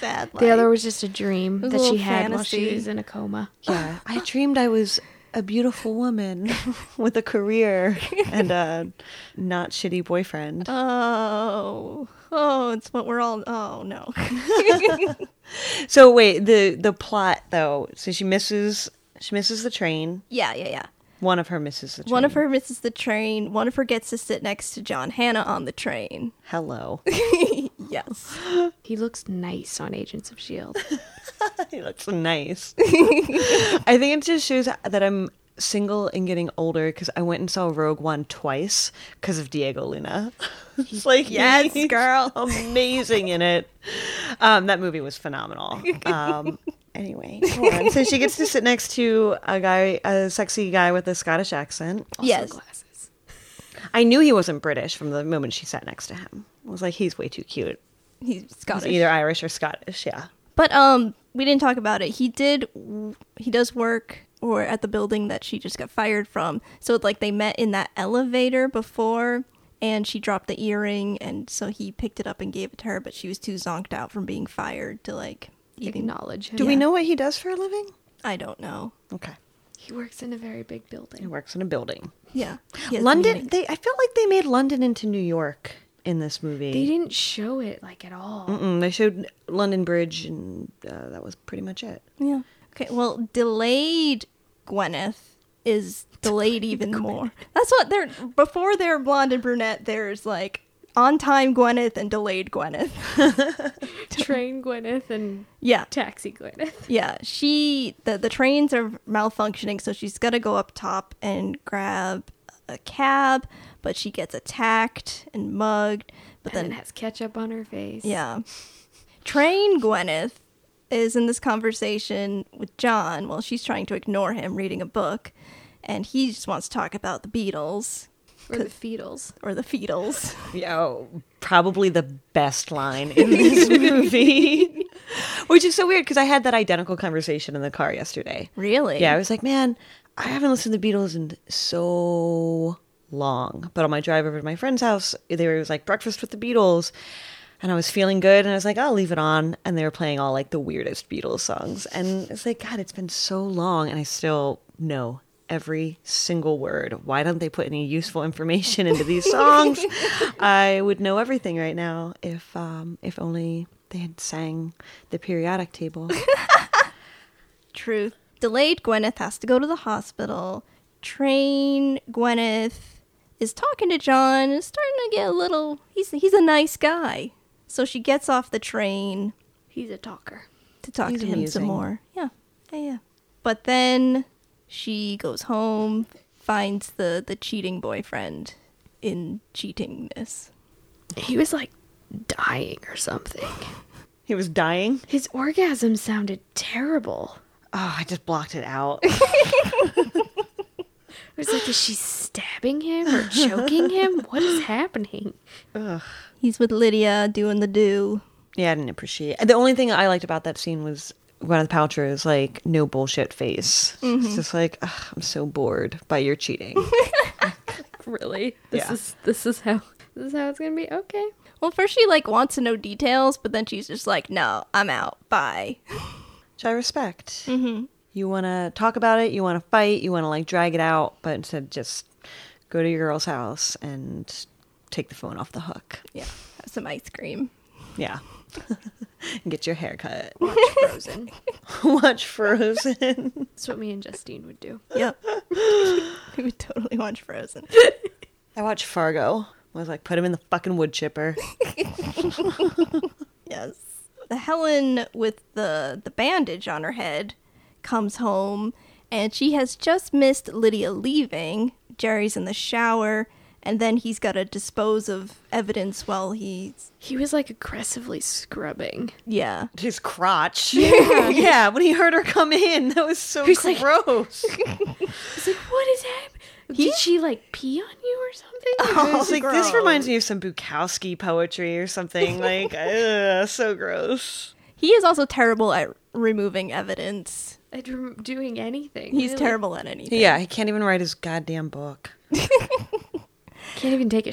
Speaker 1: sad.
Speaker 2: The
Speaker 1: life.
Speaker 2: other was just a dream
Speaker 1: was a
Speaker 2: that she
Speaker 1: little
Speaker 2: had while she
Speaker 1: fantasy.
Speaker 2: was in a coma.
Speaker 3: yeah, I dreamed I was a beautiful woman with a career and a not shitty boyfriend.
Speaker 1: Oh, oh, it's what we're all. Oh no.
Speaker 3: So wait, the the plot though. So she misses she misses the train.
Speaker 1: yeah, yeah, yeah.
Speaker 3: One of her misses the train.
Speaker 1: One of her misses the train. One of her gets to sit next to John Hannah on the train.
Speaker 3: Hello.
Speaker 1: Yes.
Speaker 2: He looks nice on Agents of Shield.
Speaker 3: He looks nice. I think it just shows that I'm single and getting older because I went and saw Rogue One twice because of Diego Luna. it's like, yes, girl, amazing in it. Um, that movie was phenomenal. Um, anyway, go on. so she gets to sit next to a guy, a sexy guy with a Scottish accent.
Speaker 2: Also
Speaker 1: Yes.
Speaker 2: glasses.
Speaker 3: I knew he wasn't British from the moment she sat next to him. I was like, he's way too cute.
Speaker 1: He's Scottish.
Speaker 3: He's either Irish or Scottish, yeah.
Speaker 1: But um, we didn't talk about it. He did. He does work or at the building that she just got fired from. So like they met in that elevator before, and she dropped the earring, and so he picked it up and gave it to her. But she was too zonked out from being fired to like even.
Speaker 2: Acknowledge him.
Speaker 3: Do we know what he does for a living?
Speaker 1: I don't know.
Speaker 3: Okay.
Speaker 2: He works in a very big
Speaker 3: He
Speaker 2: building.
Speaker 3: works in a building.
Speaker 1: Yeah. He has
Speaker 3: London.
Speaker 1: meaning.
Speaker 3: They. I feel like they made London into New York in this movie.
Speaker 2: They didn't show it like at all.
Speaker 3: Mm, they showed London Bridge, and uh, that was pretty much it.
Speaker 1: Yeah. Okay. Well, delayed Gwyneth is delayed even more. That's what they're before they're blonde and brunette. There's like on time Gwyneth and delayed Gwyneth.
Speaker 2: Train Gwyneth and
Speaker 1: Yeah.
Speaker 2: taxi Gwyneth.
Speaker 1: Yeah. She the the trains are malfunctioning, so she's got to go up top and grab a cab, but she gets attacked and mugged. But
Speaker 2: But then
Speaker 1: then
Speaker 2: has ketchup on her face.
Speaker 1: Yeah. Train Gwyneth is in this conversation with John while she's trying to ignore him reading a book, and he just wants to talk about the Beatles
Speaker 2: Or the fetals.
Speaker 1: or the Feetles.
Speaker 3: Yo, probably the best line in this movie, which is so weird because I had that identical conversation in the car yesterday.
Speaker 1: Really?
Speaker 3: Yeah, I was like, man, I haven't listened to the Beatles in so long. But on my drive over to my friend's house, they were it was like breakfast with the Beatles. And I was feeling good and I was like, I'll leave it on. And they were playing all like the weirdest Beatles songs. And it's like, God, it's been so long and I still know every single word. Why don't they put any useful information into these songs? I would know everything right now if um if only they had sang the periodic table.
Speaker 1: Truth. Delayed Gwyneth has to go to the hospital. Train Gwyneth is talking to John and is starting to get a little he's he's a nice guy. So she gets off the train
Speaker 2: He's a talker.
Speaker 1: to talk
Speaker 3: He's
Speaker 1: to him some
Speaker 3: amusing.
Speaker 1: more. Yeah. Yeah, yeah. But then she goes home, finds the the cheating boyfriend in cheatingness.
Speaker 2: He was like dying or something.
Speaker 3: He was dying.
Speaker 2: His orgasm sounded terrible.
Speaker 3: Oh, I just blocked it out.
Speaker 2: I was like, is she stabbing him or choking him? What is happening?
Speaker 1: He's with Lydia doing the do.
Speaker 3: yeah, I didn't appreciate. The only thing I liked about that scene was Gwyneth Paltrow's like no bullshit face. It's just like "Ugh, I'm so bored by your cheating.
Speaker 2: Really? This
Speaker 3: Yeah.
Speaker 2: is this is how this is how it's gonna be? Okay.
Speaker 1: Well, first she like wants to know details, but then she's just like, "No, I'm out. Bye."
Speaker 3: which I respect. Mm-hmm. You want to talk about it, you want to fight, you want to like drag it out, but instead just go to your girl's house and take the phone off the hook.
Speaker 1: Yeah. Have some ice cream.
Speaker 3: Yeah. and get your hair cut.
Speaker 2: Frozen.
Speaker 3: Watch Frozen.
Speaker 2: That's what me and Justine would do.
Speaker 1: Yep. we would totally watch Frozen.
Speaker 3: I watched Fargo. I was like, put him in the fucking wood chipper.
Speaker 1: Yes. The Helen with the the bandage on her head comes home and she has just missed Lydia leaving. Jerry's in the shower and then he's got to dispose of evidence while he's
Speaker 2: He was like aggressively scrubbing.
Speaker 1: yeah.
Speaker 3: His crotch. Yeah. when he heard her come in, that was so
Speaker 2: He's like-
Speaker 3: gross.
Speaker 2: It's like, what is happening? Did she like pee on you or something?
Speaker 3: I was like, this reminds me of some Bukowski poetry or something. Like, ugh, so gross.
Speaker 1: He is also terrible at removing evidence.
Speaker 2: At rem- doing anything.
Speaker 1: He's
Speaker 2: Really.
Speaker 1: terrible at anything.
Speaker 3: Yeah, he can't even write his goddamn book.
Speaker 2: Can't even take a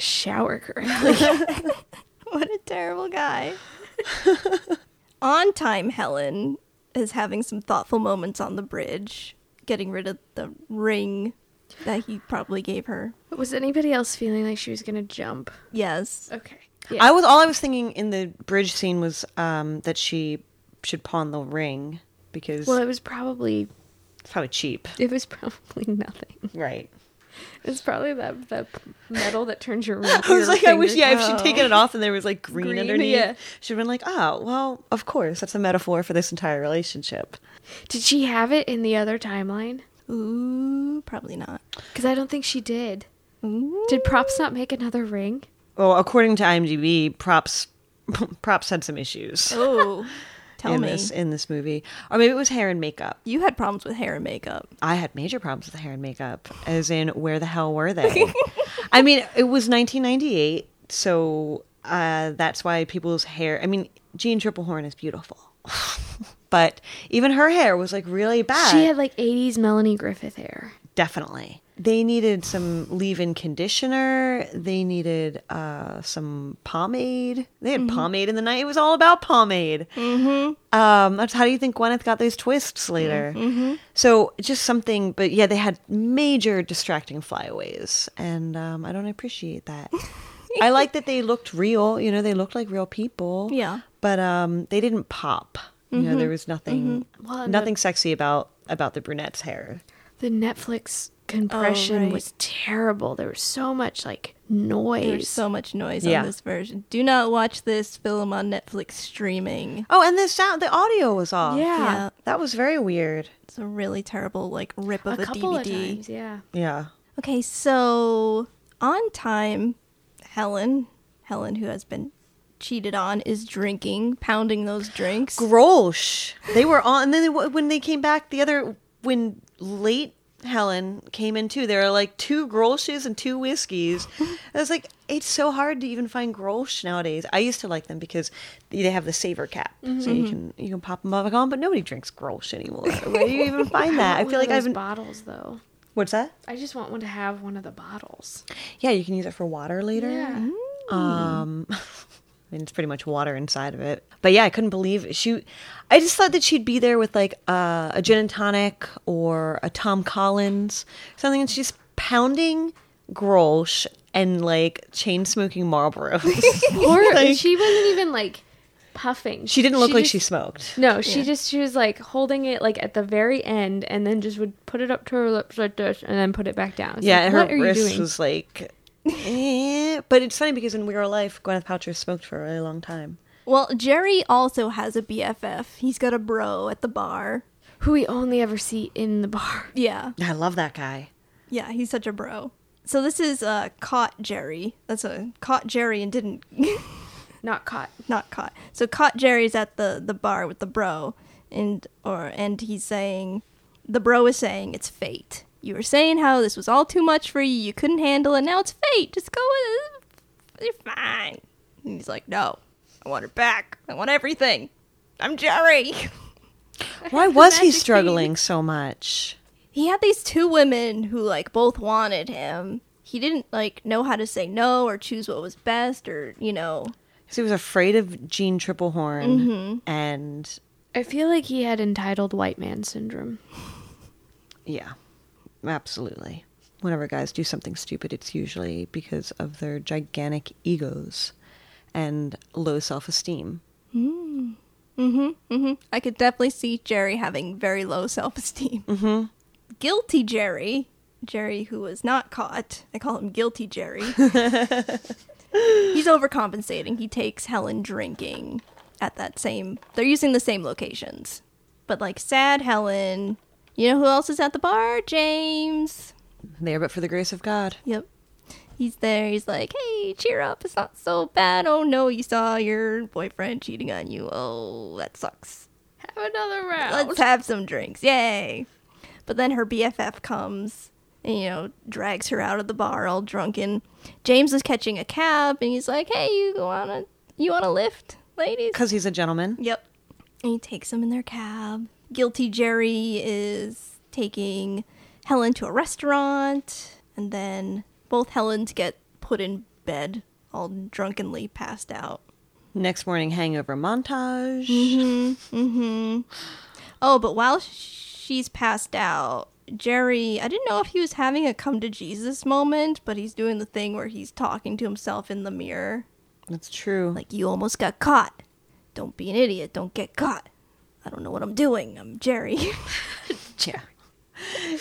Speaker 2: shower correctly.
Speaker 1: What a terrible guy. on time, Helen is having some thoughtful moments on the bridge, getting rid of the ring that he probably gave her.
Speaker 2: was anybody else feeling like she was gonna jump?
Speaker 1: Yes.
Speaker 2: Okay.
Speaker 3: I was all I was thinking in the bridge scene was um, that she should pawn the ring because
Speaker 2: well, it was probably
Speaker 3: it's probably cheap,
Speaker 2: it was probably nothing.
Speaker 3: right?
Speaker 2: It's probably that that metal that turns your Oh. ring.
Speaker 3: I was like, I wish, yeah, if she'd taken it off and there was like Oh. green,
Speaker 2: Green,
Speaker 3: underneath,
Speaker 2: yeah.
Speaker 3: she'd been like, oh, well, of course, that's a metaphor for this entire relationship.
Speaker 2: Did she have it in the other timeline?
Speaker 1: Ooh, probably not.
Speaker 2: Because I don't think she did.
Speaker 1: Ooh.
Speaker 2: Did props not make another ring?
Speaker 3: Well, according to IMDb, props props had some issues
Speaker 1: Oh, tell
Speaker 3: in
Speaker 1: me.
Speaker 3: this in this movie, or maybe it was hair and makeup.
Speaker 1: You had problems with hair and makeup.
Speaker 3: I had major problems with hair and makeup, as in, where the hell were they? I mean, it was 1998, so uh, that's why people's hair. I mean, Jean Triplehorn is beautiful, but even her hair was like really bad.
Speaker 2: She had like 80s Melanie Griffith hair.
Speaker 3: Definitely. They needed some leave in conditioner, they needed uh, some pomade. They
Speaker 2: Mm-hmm.
Speaker 3: had pomade in the night. It was all about pomade. Um, that's how do you think Gwyneth got those twists later?
Speaker 2: Mm-hmm.
Speaker 3: So just something, but yeah, they had major distracting flyaways, and um, I don't appreciate that. I like that they looked real. You know, they looked like real people.
Speaker 1: Yeah.
Speaker 3: but um, they didn't pop. You know, there was nothing,
Speaker 2: Mm-hmm. Well, and the-
Speaker 3: nothing sexy about about the brunette's hair.
Speaker 2: The Netflix compression
Speaker 3: Oh,
Speaker 1: right.
Speaker 2: was terrible. There was so much like noise.
Speaker 1: There's so much noise
Speaker 3: Yeah.
Speaker 1: on this version. Do not watch this film on Netflix streaming.
Speaker 3: Oh, and the sound, the audio was off.
Speaker 2: yeah.
Speaker 1: Yeah.
Speaker 3: that was very weird.
Speaker 1: It's a really terrible like rip
Speaker 2: A,
Speaker 1: of a,
Speaker 2: couple
Speaker 1: DVD.
Speaker 2: of times, yeah.
Speaker 3: Yeah,
Speaker 1: Okay, so on time, Helen, Helen who has been cheated on, is drinking, pounding those drinks.
Speaker 3: Grosh. They were on, and then they, when they came back, the other when late Helen came in too. There are like two Groshes and two whiskeys. I was like, it's so hard to even find Grosh nowadays. I used to like them because they have the saver cap, so
Speaker 2: Mm-hmm.
Speaker 3: you can you can pop them up on. But nobody drinks Grosh anymore. Where do you even find that? I
Speaker 2: One
Speaker 3: feel
Speaker 2: of
Speaker 3: like I've
Speaker 2: those
Speaker 3: been.
Speaker 2: bottles though.
Speaker 3: What's that?
Speaker 2: I just want one to have one of the bottles.
Speaker 3: Yeah, you can use it for water later. Um, I mean, it's pretty much water inside of it. But yeah, I couldn't believe she. I just thought that she'd be there with like uh, a gin and tonic or a Tom Collins, something, and she's pounding Grolsch and like chain smoking Marlboros.
Speaker 2: Or
Speaker 3: Like-
Speaker 2: she wasn't even like puffing.
Speaker 3: she didn't look like
Speaker 2: just-
Speaker 3: she smoked.
Speaker 2: No, she just she was like holding it like at the very end, and then just would put it up to her lips like this, and then put it back down. It's
Speaker 3: Yeah,
Speaker 2: like,
Speaker 3: and her
Speaker 2: what are you
Speaker 3: wrist
Speaker 2: doing?
Speaker 3: was like Eh, but it's funny because in We Are Life, Gwyneth Paltrow smoked for a really long time.
Speaker 1: Well, Jerry also has a BFF. He's got a bro at the bar.
Speaker 2: Who we only ever see in the bar.
Speaker 1: Yeah.
Speaker 3: I love that guy.
Speaker 1: Yeah, he's such a bro. So this is uh, caught Jerry. That's a caught Jerry and didn't
Speaker 2: Not caught.
Speaker 1: not caught. So caught Jerry's at the the bar with the bro, and or and he's saying, the bro is saying it's fate. You were saying how this was all too much for you. You couldn't handle it. Now it's fate. Just go with it. You're fine. And he's like, no, I want it back. I want everything. I'm Jerry.
Speaker 3: Why was he
Speaker 2: magic key.
Speaker 3: struggling so much?
Speaker 1: he had these two women who like both wanted him. He didn't like know how to say no or choose what was best or you know.
Speaker 3: 'Cause he was afraid of Gene Triplehorn
Speaker 2: Mm-hmm.
Speaker 3: and
Speaker 2: I feel like he had entitled white man syndrome.
Speaker 3: Yeah, absolutely. Whenever guys do something stupid, it's usually because of their gigantic egos and low self esteem.
Speaker 1: hmm I could definitely see Jerry having very low self esteem. Mm-hmm. Guilty Jerry, Jerry who was not caught. I call him Guilty Jerry. He's overcompensating. He takes Helen drinking at that same. They're using the same locations, but like sad Helen. You know who else is at the bar? James.
Speaker 3: There, but for the grace of God.
Speaker 1: Yep. He's there. He's like, hey, cheer up. It's not so bad. Oh, no, you saw your boyfriend cheating on you. Oh, that sucks.
Speaker 2: Have another
Speaker 1: Let's have some drinks. Yay. But then her BFF comes and, you know, drags her out of the bar all drunken. James is catching a cab and he's like, hey, you want to you want a lift, ladies?
Speaker 3: Because he's a gentleman.
Speaker 1: Yep. And he takes them in their cab. Guilty Jerry is taking Helen to a restaurant, and then both Helens get put in bed, all drunkenly passed out.
Speaker 3: Next morning, hangover montage.
Speaker 2: Mm-hmm.
Speaker 1: Oh, but while she's passed out, Jerry, I didn't know if he was having a come to Jesus moment, but he's doing the thing where he's talking to himself in the mirror.
Speaker 3: That's true.
Speaker 1: Like, you almost got caught. Don't be an idiot. Don't get caught. I don't know what I'm doing. I'm Jerry.
Speaker 3: yeah.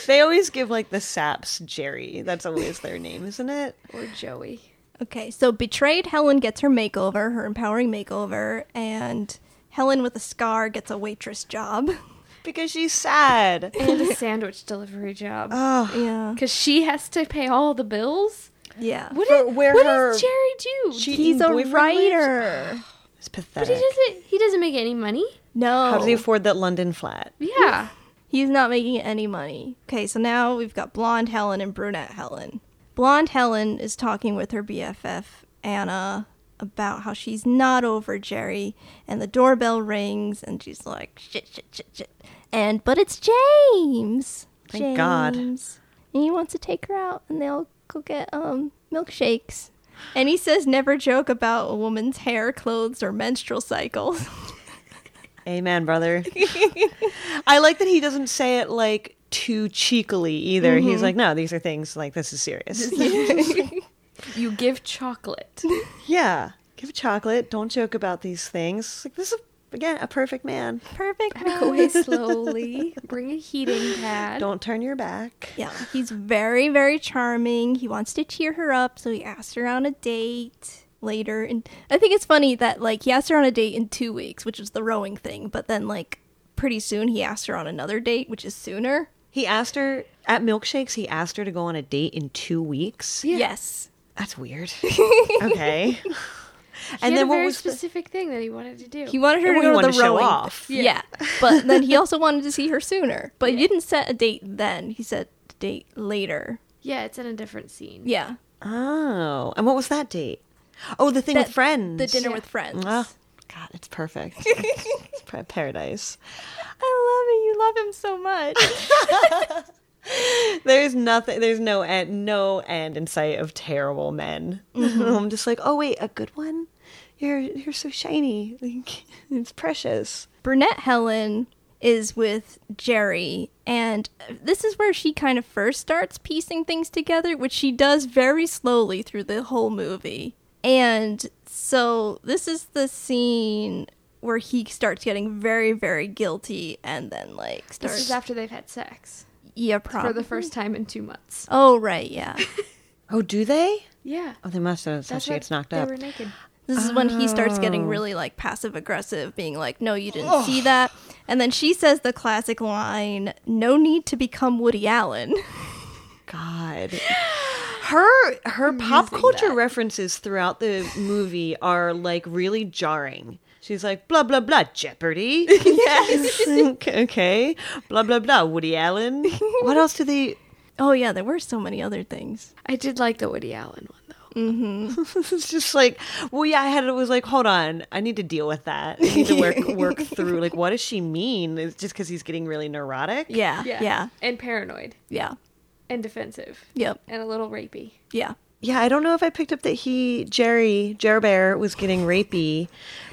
Speaker 3: They always give like the saps Jerry. That's always their name, isn't it?
Speaker 2: Or Joey.
Speaker 1: Okay, so betrayed Helen gets her makeover, her empowering makeover, and Helen with a scar gets a waitress job.
Speaker 3: Because she's sad.
Speaker 2: And a sandwich delivery job.
Speaker 3: Oh,
Speaker 1: Yeah.
Speaker 2: Because she has to pay all the bills?
Speaker 1: Yeah.
Speaker 2: What,
Speaker 3: For
Speaker 2: did-
Speaker 3: where
Speaker 2: what
Speaker 3: her
Speaker 2: does Jerry do?
Speaker 3: cheating
Speaker 1: He's a
Speaker 3: boyfriend
Speaker 1: writer.
Speaker 3: lives? It's
Speaker 2: but he Oh.
Speaker 3: pathetic.
Speaker 2: doesn't he doesn't make any money.
Speaker 1: No.
Speaker 3: How does he afford that London flat?
Speaker 2: Yeah.
Speaker 1: He's not making any money. Okay, so now we've got blonde Helen and brunette Helen. Blonde Helen is talking with her BFF, Anna, about how she's not over Jerry, and the doorbell rings, and she's like, shit, shit, shit, shit. And, but it's James!
Speaker 3: Thank God.
Speaker 1: James. And he wants to take her out, and they'll go get um milkshakes. And he says, never joke about a woman's hair, clothes, or menstrual cycles.
Speaker 3: Amen, brother. I like that he doesn't say it like too cheekily either. He's like, no, these are things like this is serious.
Speaker 2: You give chocolate.
Speaker 3: yeah, give chocolate. Don't joke about these things. Like this is again a perfect man.
Speaker 1: Perfect.
Speaker 2: Back away slowly. Bring a heating pad.
Speaker 3: Don't turn your back.
Speaker 1: Yeah, he's very, very charming. He wants to cheer her up, so he asks her on a date later. And I think it's funny that, like, he asked her on a date in two weeks, which was the rowing thing, but then, like, pretty soon he asked her on another date, which is sooner.
Speaker 3: He asked her at milkshakes. He asked her to go on a date in two weeks.
Speaker 1: Yes.
Speaker 3: That's weird. okay.
Speaker 2: He had
Speaker 3: and then
Speaker 2: a
Speaker 3: what
Speaker 2: very
Speaker 3: was the-
Speaker 2: specific thing that he wanted to do.
Speaker 1: He wanted her
Speaker 3: Well, he
Speaker 1: to go to
Speaker 3: wanted
Speaker 1: the
Speaker 3: to show
Speaker 1: rowing.
Speaker 3: off.
Speaker 1: Yeah. But then he also wanted to see her sooner. But he didn't set a date then. He set a date later.
Speaker 2: yeah, it's in a different scene.
Speaker 1: Yeah.
Speaker 3: oh? And what was that date? Oh, the thing
Speaker 1: That-
Speaker 3: with friends.
Speaker 1: The dinner with friends.
Speaker 3: Oh, God, it's perfect. it's pa- paradise.
Speaker 1: I love it. You love him so much.
Speaker 3: There's nothing. There's no end. No end in sight of terrible men. I'm just like, oh wait, a good one. You're you're so shiny. Like, it's precious.
Speaker 1: Brunette Helen is with Jerry, and this is where she kind of first starts piecing things together, which she does very slowly through the whole movie. And so, this is the scene where he starts getting very, very guilty, and then, like,
Speaker 2: This
Speaker 1: starts.
Speaker 2: is after they've had sex
Speaker 1: yeah, probably.
Speaker 2: for the first time in two months.
Speaker 1: Oh, right, yeah.
Speaker 3: Oh, do they?
Speaker 2: Yeah.
Speaker 3: Oh, they must have. That's she
Speaker 2: why
Speaker 3: gets knocked
Speaker 2: they
Speaker 3: up.
Speaker 2: were naked.
Speaker 1: This is when he starts getting really like passive aggressive, being like, "No, you didn't see that." And then she says the classic line, "No need to become Woody Allen."
Speaker 3: God. Her her pop culture references throughout the movie are like really jarring. She's like blah blah blah Jeopardy. yes. okay. Blah blah blah Woody Allen. What else do they
Speaker 1: Oh yeah, there were so many other things.
Speaker 2: I did like the Woody Allen one though.
Speaker 3: It's just like, well yeah, I had it was like, hold on, I need to deal with that. I need to work work through like what does she mean? It's just cuz he's getting really neurotic.
Speaker 1: Yeah, yeah, yeah,
Speaker 2: And paranoid
Speaker 1: yeah,
Speaker 2: and defensive
Speaker 1: yep,
Speaker 2: and a little rapey.
Speaker 1: yeah.
Speaker 3: Yeah, I don't know if I picked up that he Jerry Jerbear was getting rapey,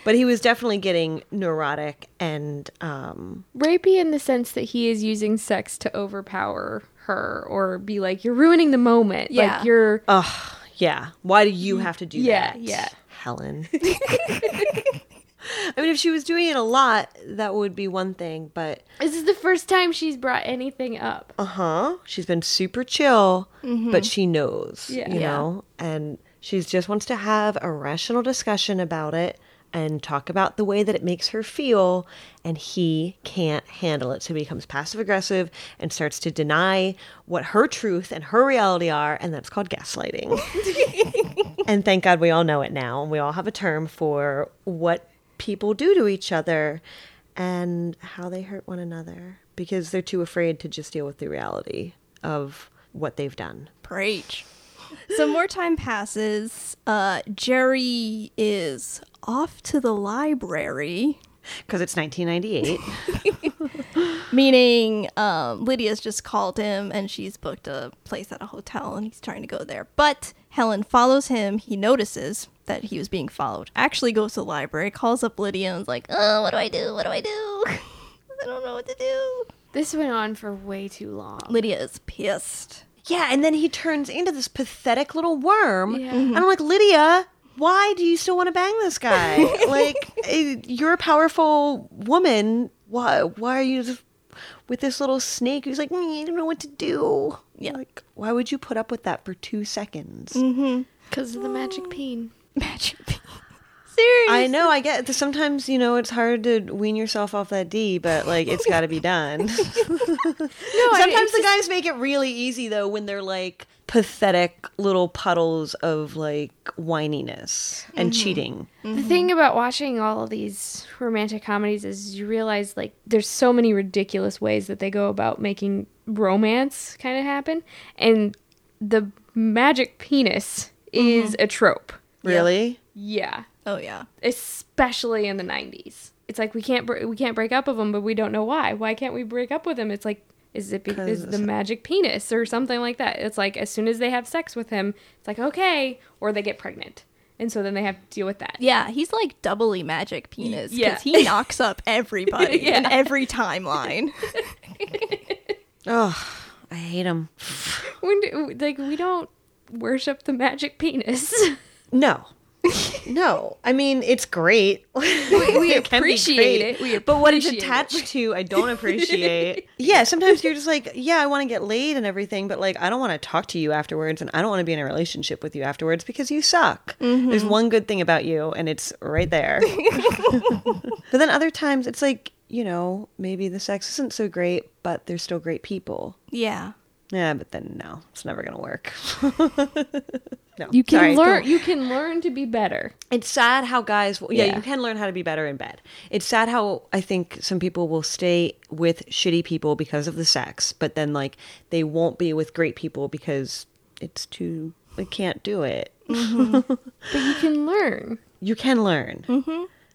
Speaker 3: but he was definitely getting neurotic and um
Speaker 2: Rapey in the sense that he is using sex to overpower her or be like, you're ruining the moment.
Speaker 1: Yeah.
Speaker 2: Like, you're.
Speaker 3: ugh, yeah. Why do you have to do
Speaker 2: Yeah,
Speaker 3: that?
Speaker 2: yeah.
Speaker 3: Helen. I mean, if she was doing it a lot, that would be one thing, but
Speaker 2: This is the first time she's brought anything up.
Speaker 3: uh-huh, she's been super chill, but she knows,
Speaker 2: Yeah.
Speaker 3: you
Speaker 1: Yeah.
Speaker 3: know, and she just wants to have a rational discussion about it and talk about the way that it makes her feel and he can't handle it so he becomes passive aggressive and starts to deny what her truth and her reality are and that's called gaslighting and thank God we all know it now. and We all have a term for what people do to each other and how they hurt one another because they're too afraid to just deal with the reality of what they've done.
Speaker 1: Preach. So more time passes. Uh, Jerry is off to the library,
Speaker 3: Because it's 1998.
Speaker 1: meaning um, Lydia's just called him and she's booked a place at a hotel and he's trying to go there. But Helen follows him. He notices that he was being followed. Actually goes to the library, calls up Lydia and is like, "Oh, what do I do? What do I do? I don't know what to do."
Speaker 2: This went on for way too long.
Speaker 1: Lydia is pissed.
Speaker 3: yeah, and then he turns into this pathetic little worm.
Speaker 2: Yeah.
Speaker 3: And I'm like, Lydia, why do you still want to bang this guy? like, eh, you're a powerful woman. Why, why are you just with this little snake who's like, "Mm, I don't know what to do?
Speaker 1: Yeah.
Speaker 3: Like, why would you put up with that for two seconds?
Speaker 2: Because of the magic peen.
Speaker 1: Magic. Seriously.
Speaker 3: I know. I get. Sometimes you know it's hard to wean yourself off that D, but like it's got to be done. sometimes the guys make it really easy though when they're like pathetic little puddles of like whininess and cheating.
Speaker 2: The thing about watching all of these romantic comedies is you realize like there's so many ridiculous ways that they go about making romance kind of happen, and the magic penis is a trope.
Speaker 3: Really?
Speaker 2: Yeah,
Speaker 1: Oh yeah.
Speaker 2: especially in the 90s. It's like we can't br- we can't break up with him, but we don't know why. Why can't we break up with him? It's like is it because the magic penis or something like that? It's like as soon as they have sex with him, it's like okay, or they get pregnant, and so then they have to deal with that.
Speaker 1: Yeah, he's like doubly magic penis because
Speaker 2: yeah.
Speaker 1: he knocks up everybody in
Speaker 2: Yeah.
Speaker 1: every timeline.
Speaker 3: Ugh, I hate them.
Speaker 2: When do, like we don't worship the magic penis.
Speaker 3: No. no, I mean it's great.
Speaker 2: We, we
Speaker 3: It can be
Speaker 2: appreciate
Speaker 3: great.
Speaker 2: it. We
Speaker 3: but what it's
Speaker 2: appreciate it.
Speaker 3: attached to, I don't appreciate. yeah, sometimes you're just like, yeah, I want to get laid and everything, but like, I don't want to talk to you afterwards, and I don't want to be in a relationship with you afterwards because you suck.
Speaker 2: Mm-hmm.
Speaker 3: There's one good thing about you, and it's right there. but then other times, it's like, you know, maybe the sex isn't so great, but they're still great people.
Speaker 1: yeah.
Speaker 3: Yeah, but then no, it's never gonna work. no,
Speaker 2: You can
Speaker 3: sorry.
Speaker 2: learn. You can learn to be better.
Speaker 3: It's sad how guys, yeah,
Speaker 2: Yeah.
Speaker 3: you can learn how to be better in bed. It's sad how I think some people will stay with shitty people because of the sex, but then like they won't be with great people because it's too, they can't do it.
Speaker 2: But you can learn.
Speaker 3: You can learn,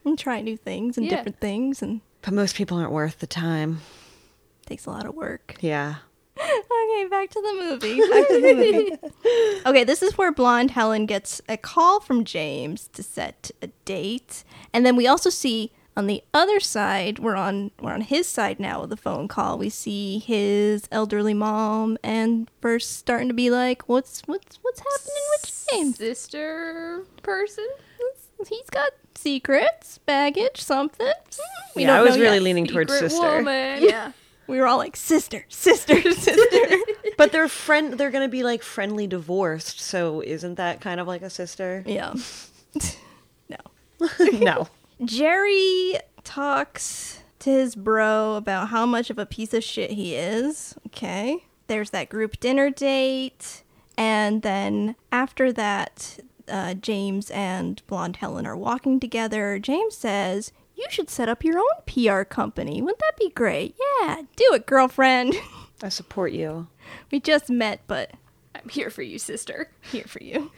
Speaker 1: And try new things and
Speaker 2: Yeah.
Speaker 1: different things and
Speaker 3: but most people aren't worth the time.
Speaker 1: takes a lot of work.
Speaker 3: Yeah.
Speaker 1: Okay, back to the movie. Back to the movie. okay, this is where blonde Helen gets a call from James to set a date. And then we also see on the other side, we're on we're on his side now with the phone call. We see his elderly mom and first starting to be like, What's what's what's happening with James?
Speaker 2: Sister person.
Speaker 1: He's got secrets, baggage, something. We
Speaker 3: yeah, I
Speaker 1: don't
Speaker 3: was
Speaker 1: know
Speaker 3: really
Speaker 1: yet.
Speaker 3: leaning towards
Speaker 2: Secret
Speaker 3: sister.
Speaker 2: woman.
Speaker 1: Yeah. We were all like, sister, sister, sister.
Speaker 3: But they're friend. They're gonna be like friendly divorced. So isn't that kind of like a sister?
Speaker 1: yeah. no.
Speaker 3: no.
Speaker 1: Jerry talks to his bro about how much of a piece of shit he is. Okay. There's that group dinner date. And then after that, uh, James and Blonde Helen are walking together. James says, You should set up your own PR company. Wouldn't that be great? Yeah, do it, girlfriend.
Speaker 3: I support you.
Speaker 1: we just met, but
Speaker 2: I'm here for you, sister.
Speaker 1: here for you.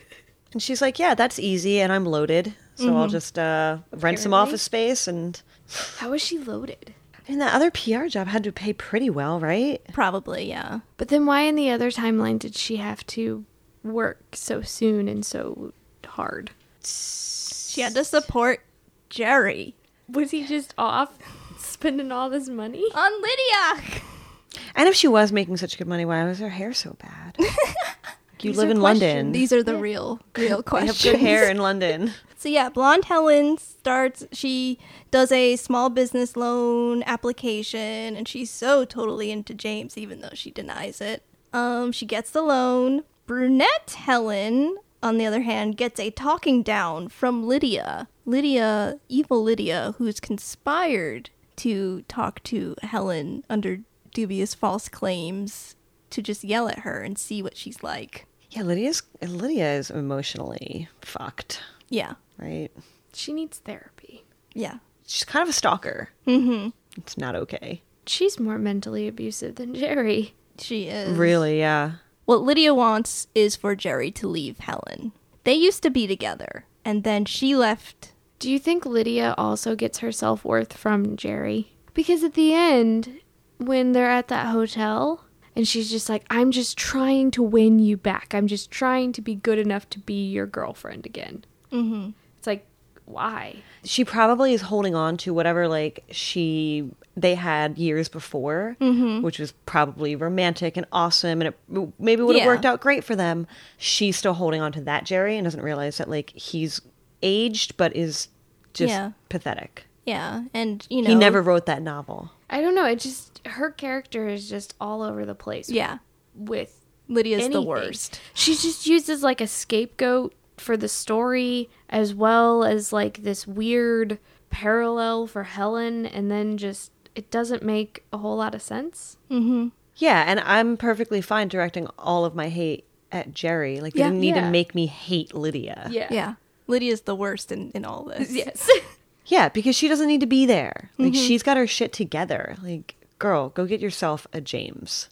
Speaker 3: And she's like, "Yeah, that's easy." And I'm loaded, so I'll just uh, rent some
Speaker 2: Apparently.
Speaker 3: office space. And
Speaker 2: How is she loaded?
Speaker 3: I mean, that other PR job had to pay pretty well, right?
Speaker 1: Probably, yeah.
Speaker 2: But then why in the other timeline did she have to work so soon and so hard?
Speaker 1: She had to support Jerry
Speaker 2: Was he just off spending all this money?
Speaker 1: on Lydia.
Speaker 3: And if she was making such good money, why was her hair so bad? you
Speaker 2: These
Speaker 3: live
Speaker 2: are
Speaker 3: in London.
Speaker 1: These are the real, real
Speaker 3: I have
Speaker 1: questions.
Speaker 3: good hair in London.
Speaker 1: So yeah, blonde Helen starts. She does a small business loan application, and she's so totally into James, even though she denies it. Um, she gets the loan. Brunette Helen, on the other hand, gets a talking down from Lydia. Lydia, evil Lydia, who's conspired to talk to Helen under dubious false claims to just yell at her and see what she's like.
Speaker 3: Yeah, Lydia's Lydia is emotionally fucked,
Speaker 1: Yeah,
Speaker 3: right?
Speaker 2: She needs therapy.
Speaker 1: yeah.
Speaker 3: She's kind of a stalker.
Speaker 1: Mm-hmm.
Speaker 3: It's not okay.
Speaker 2: She's more mentally abusive than Jerry.
Speaker 1: She is
Speaker 3: Really, yeah.
Speaker 1: What Lydia wants is for Jerry to leave Helen. They used to be together, and then she left.
Speaker 2: Do you think Lydia also gets her self worth from Jerry? Because at the end, when they're at that hotel, and she's just like, I'm just trying to win you back. I'm just trying to be good enough to be your girlfriend again.
Speaker 1: Mm-hmm.
Speaker 2: It's like, why?
Speaker 3: She probably is holding on to whatever like she they had years before,
Speaker 1: Mm-hmm.
Speaker 3: which was probably romantic and awesome, and it maybe would have
Speaker 1: Yeah.
Speaker 3: worked out great for them. She's still holding on to that Jerry and doesn't realize that like he's aged, but is just
Speaker 1: Yeah.
Speaker 3: pathetic.
Speaker 1: Yeah, and you know
Speaker 3: He never wrote that novel.
Speaker 2: I don't know. It just, her character is just all over the place.
Speaker 1: Yeah,
Speaker 2: With
Speaker 1: Lydia's
Speaker 2: anything.
Speaker 1: the worst.
Speaker 2: She's just used as like a scapegoat for the story, as well as like this weird parallel for Helen, and then just it doesn't make a whole lot of sense.
Speaker 3: Yeah, and I'm perfectly fine directing all of my hate at Jerry. Like they
Speaker 1: Yeah.
Speaker 3: didn't need
Speaker 2: Yeah.
Speaker 3: to make me hate Lydia.
Speaker 1: Yeah, Lydia's the worst in in all this.
Speaker 2: Yes.
Speaker 3: Yeah, because she doesn't need to be there.
Speaker 1: Mm-hmm.
Speaker 3: Like she's got her shit together. Like, girl, go get yourself a James.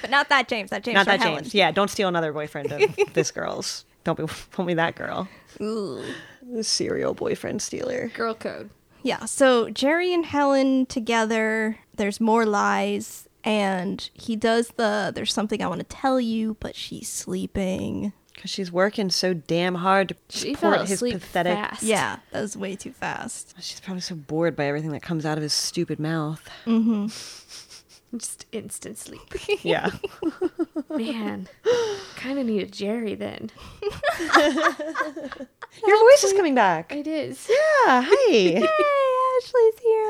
Speaker 1: but not that James. That James,
Speaker 3: Not
Speaker 1: for
Speaker 3: that
Speaker 1: Helen.
Speaker 3: James. Yeah, don't steal another boyfriend of this girl's. Don't be don't be that girl.
Speaker 1: Ooh.
Speaker 3: The serial boyfriend stealer.
Speaker 2: Girl code.
Speaker 1: Yeah, so Jerry and Helen together, there's more lies, and he does the there's something I want to tell you, but she's sleeping.
Speaker 3: Because she's working so damn hard to
Speaker 2: She fell
Speaker 3: support his
Speaker 2: asleep
Speaker 3: pathetic.
Speaker 2: fast.
Speaker 1: Yeah, that was way too fast.
Speaker 3: She's probably so bored by everything that comes out of his stupid mouth.
Speaker 2: Just instant sleep.
Speaker 3: Yeah.
Speaker 2: Man. kind of need a Jerry then.
Speaker 3: Your voice is coming back.
Speaker 2: It is.
Speaker 3: Yeah, hi.
Speaker 1: Hey,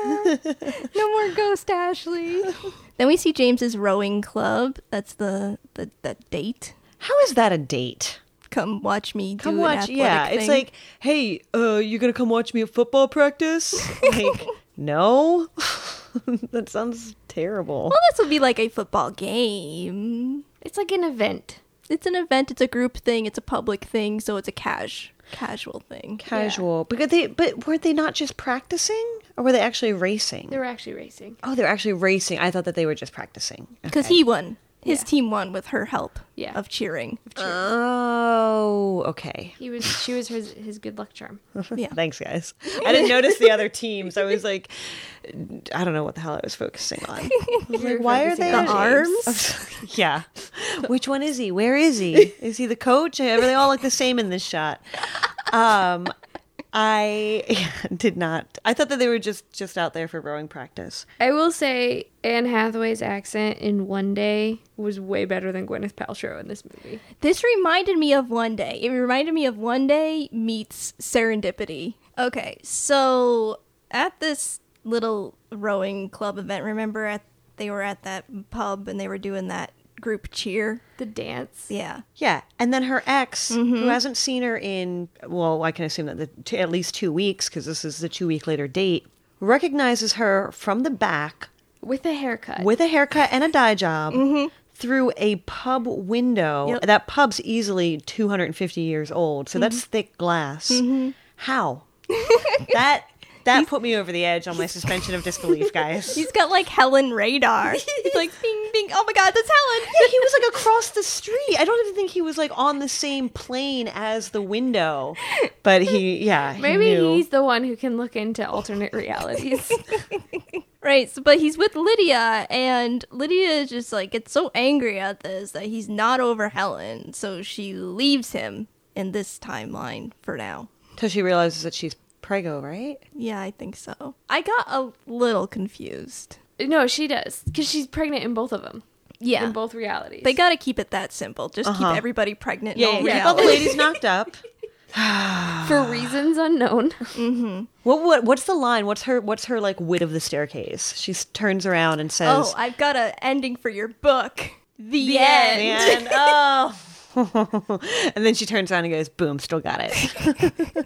Speaker 1: Ashley's here. No more ghost Ashley. then we see James's rowing club. That's the the that date.
Speaker 3: How is that a date?
Speaker 1: Come watch me do
Speaker 3: Come
Speaker 1: an
Speaker 3: watch,
Speaker 1: athletic
Speaker 3: yeah.
Speaker 1: thing.
Speaker 3: It's like, hey, uh, you gonna come watch me at football practice? like, no, that sounds terrible.
Speaker 1: well, this will be like a football game.
Speaker 2: It's like an event.
Speaker 1: It's an event. It's a group thing. It's a public thing. So it's a cash casual thing.
Speaker 3: Casual, because they, but were they not just practicing, or were they actually racing?
Speaker 2: They were actually racing.
Speaker 3: oh, they're actually racing. I thought that they were just practicing.
Speaker 1: Because he won. His team won with her help
Speaker 2: Yeah.
Speaker 1: of cheering.
Speaker 3: Oh, okay.
Speaker 2: He was she was his his good luck charm.
Speaker 1: Yeah.
Speaker 3: Thanks, guys. I didn't notice the other teams. I was like, I don't know what the hell I was focusing on. I was like, why are they
Speaker 1: on the arms?
Speaker 3: arms? yeah. Which one is he? Where is he? Is he the coach? Are they all look the same in this shot? Um, I did not. I thought that they were just just out there for rowing practice.
Speaker 2: I will say Anne Hathaway's accent in One Day was way better than Gwyneth Paltrow in this movie.
Speaker 1: This reminded me of One Day. It reminded me of One Day meets Serendipity. Okay, so at this little rowing club event, remember at they were at that pub and they were doing that group cheer.
Speaker 2: The dance.
Speaker 1: Yeah.
Speaker 3: Yeah, and then her ex, who hasn't seen her in well, I can assume that the t- at least two weeks because this is the two week later date, recognizes her from the back
Speaker 2: With a haircut.
Speaker 3: with a haircut and a dye job through a pub window.
Speaker 1: Yep.
Speaker 3: That pub's easily 250 years old, so that's thick glass. How? that that put me over the edge on my suspension of disbelief, guys.
Speaker 1: He's got like Helen radar. He's like, bing, bing. Oh my God, that's Helen.
Speaker 3: Yeah, he was like across the street. I don't even think he was like on the same plane as the window. But he, yeah, he
Speaker 2: Maybe
Speaker 3: knew.
Speaker 2: he's the one who can look into alternate realities.
Speaker 1: Right, so, but he's with Lydia, and Lydia is just like gets so angry at this that he's not over Helen, so she leaves him in this timeline for now.
Speaker 3: Till she realizes that she's prego, right?
Speaker 1: Yeah, I think so. I got a little confused.
Speaker 2: no, she does because she's pregnant in both of them.
Speaker 1: Yeah,
Speaker 2: In both realities.
Speaker 1: they gotta keep it that simple. Just
Speaker 3: Uh-huh.
Speaker 1: keep everybody pregnant. Yeah, in
Speaker 3: Yeah, yeah,
Speaker 1: all
Speaker 3: yeah. Keep all the
Speaker 1: reality.
Speaker 3: ladies knocked up.
Speaker 2: for reasons unknown.
Speaker 3: What, what what's the line? What's her what's her like wit of the staircase? She s- turns around and
Speaker 1: Oh,
Speaker 3: says,
Speaker 1: I've got a ending for your book. The, end.
Speaker 3: Man, oh. and then she turns around and goes, "Boom, still got it."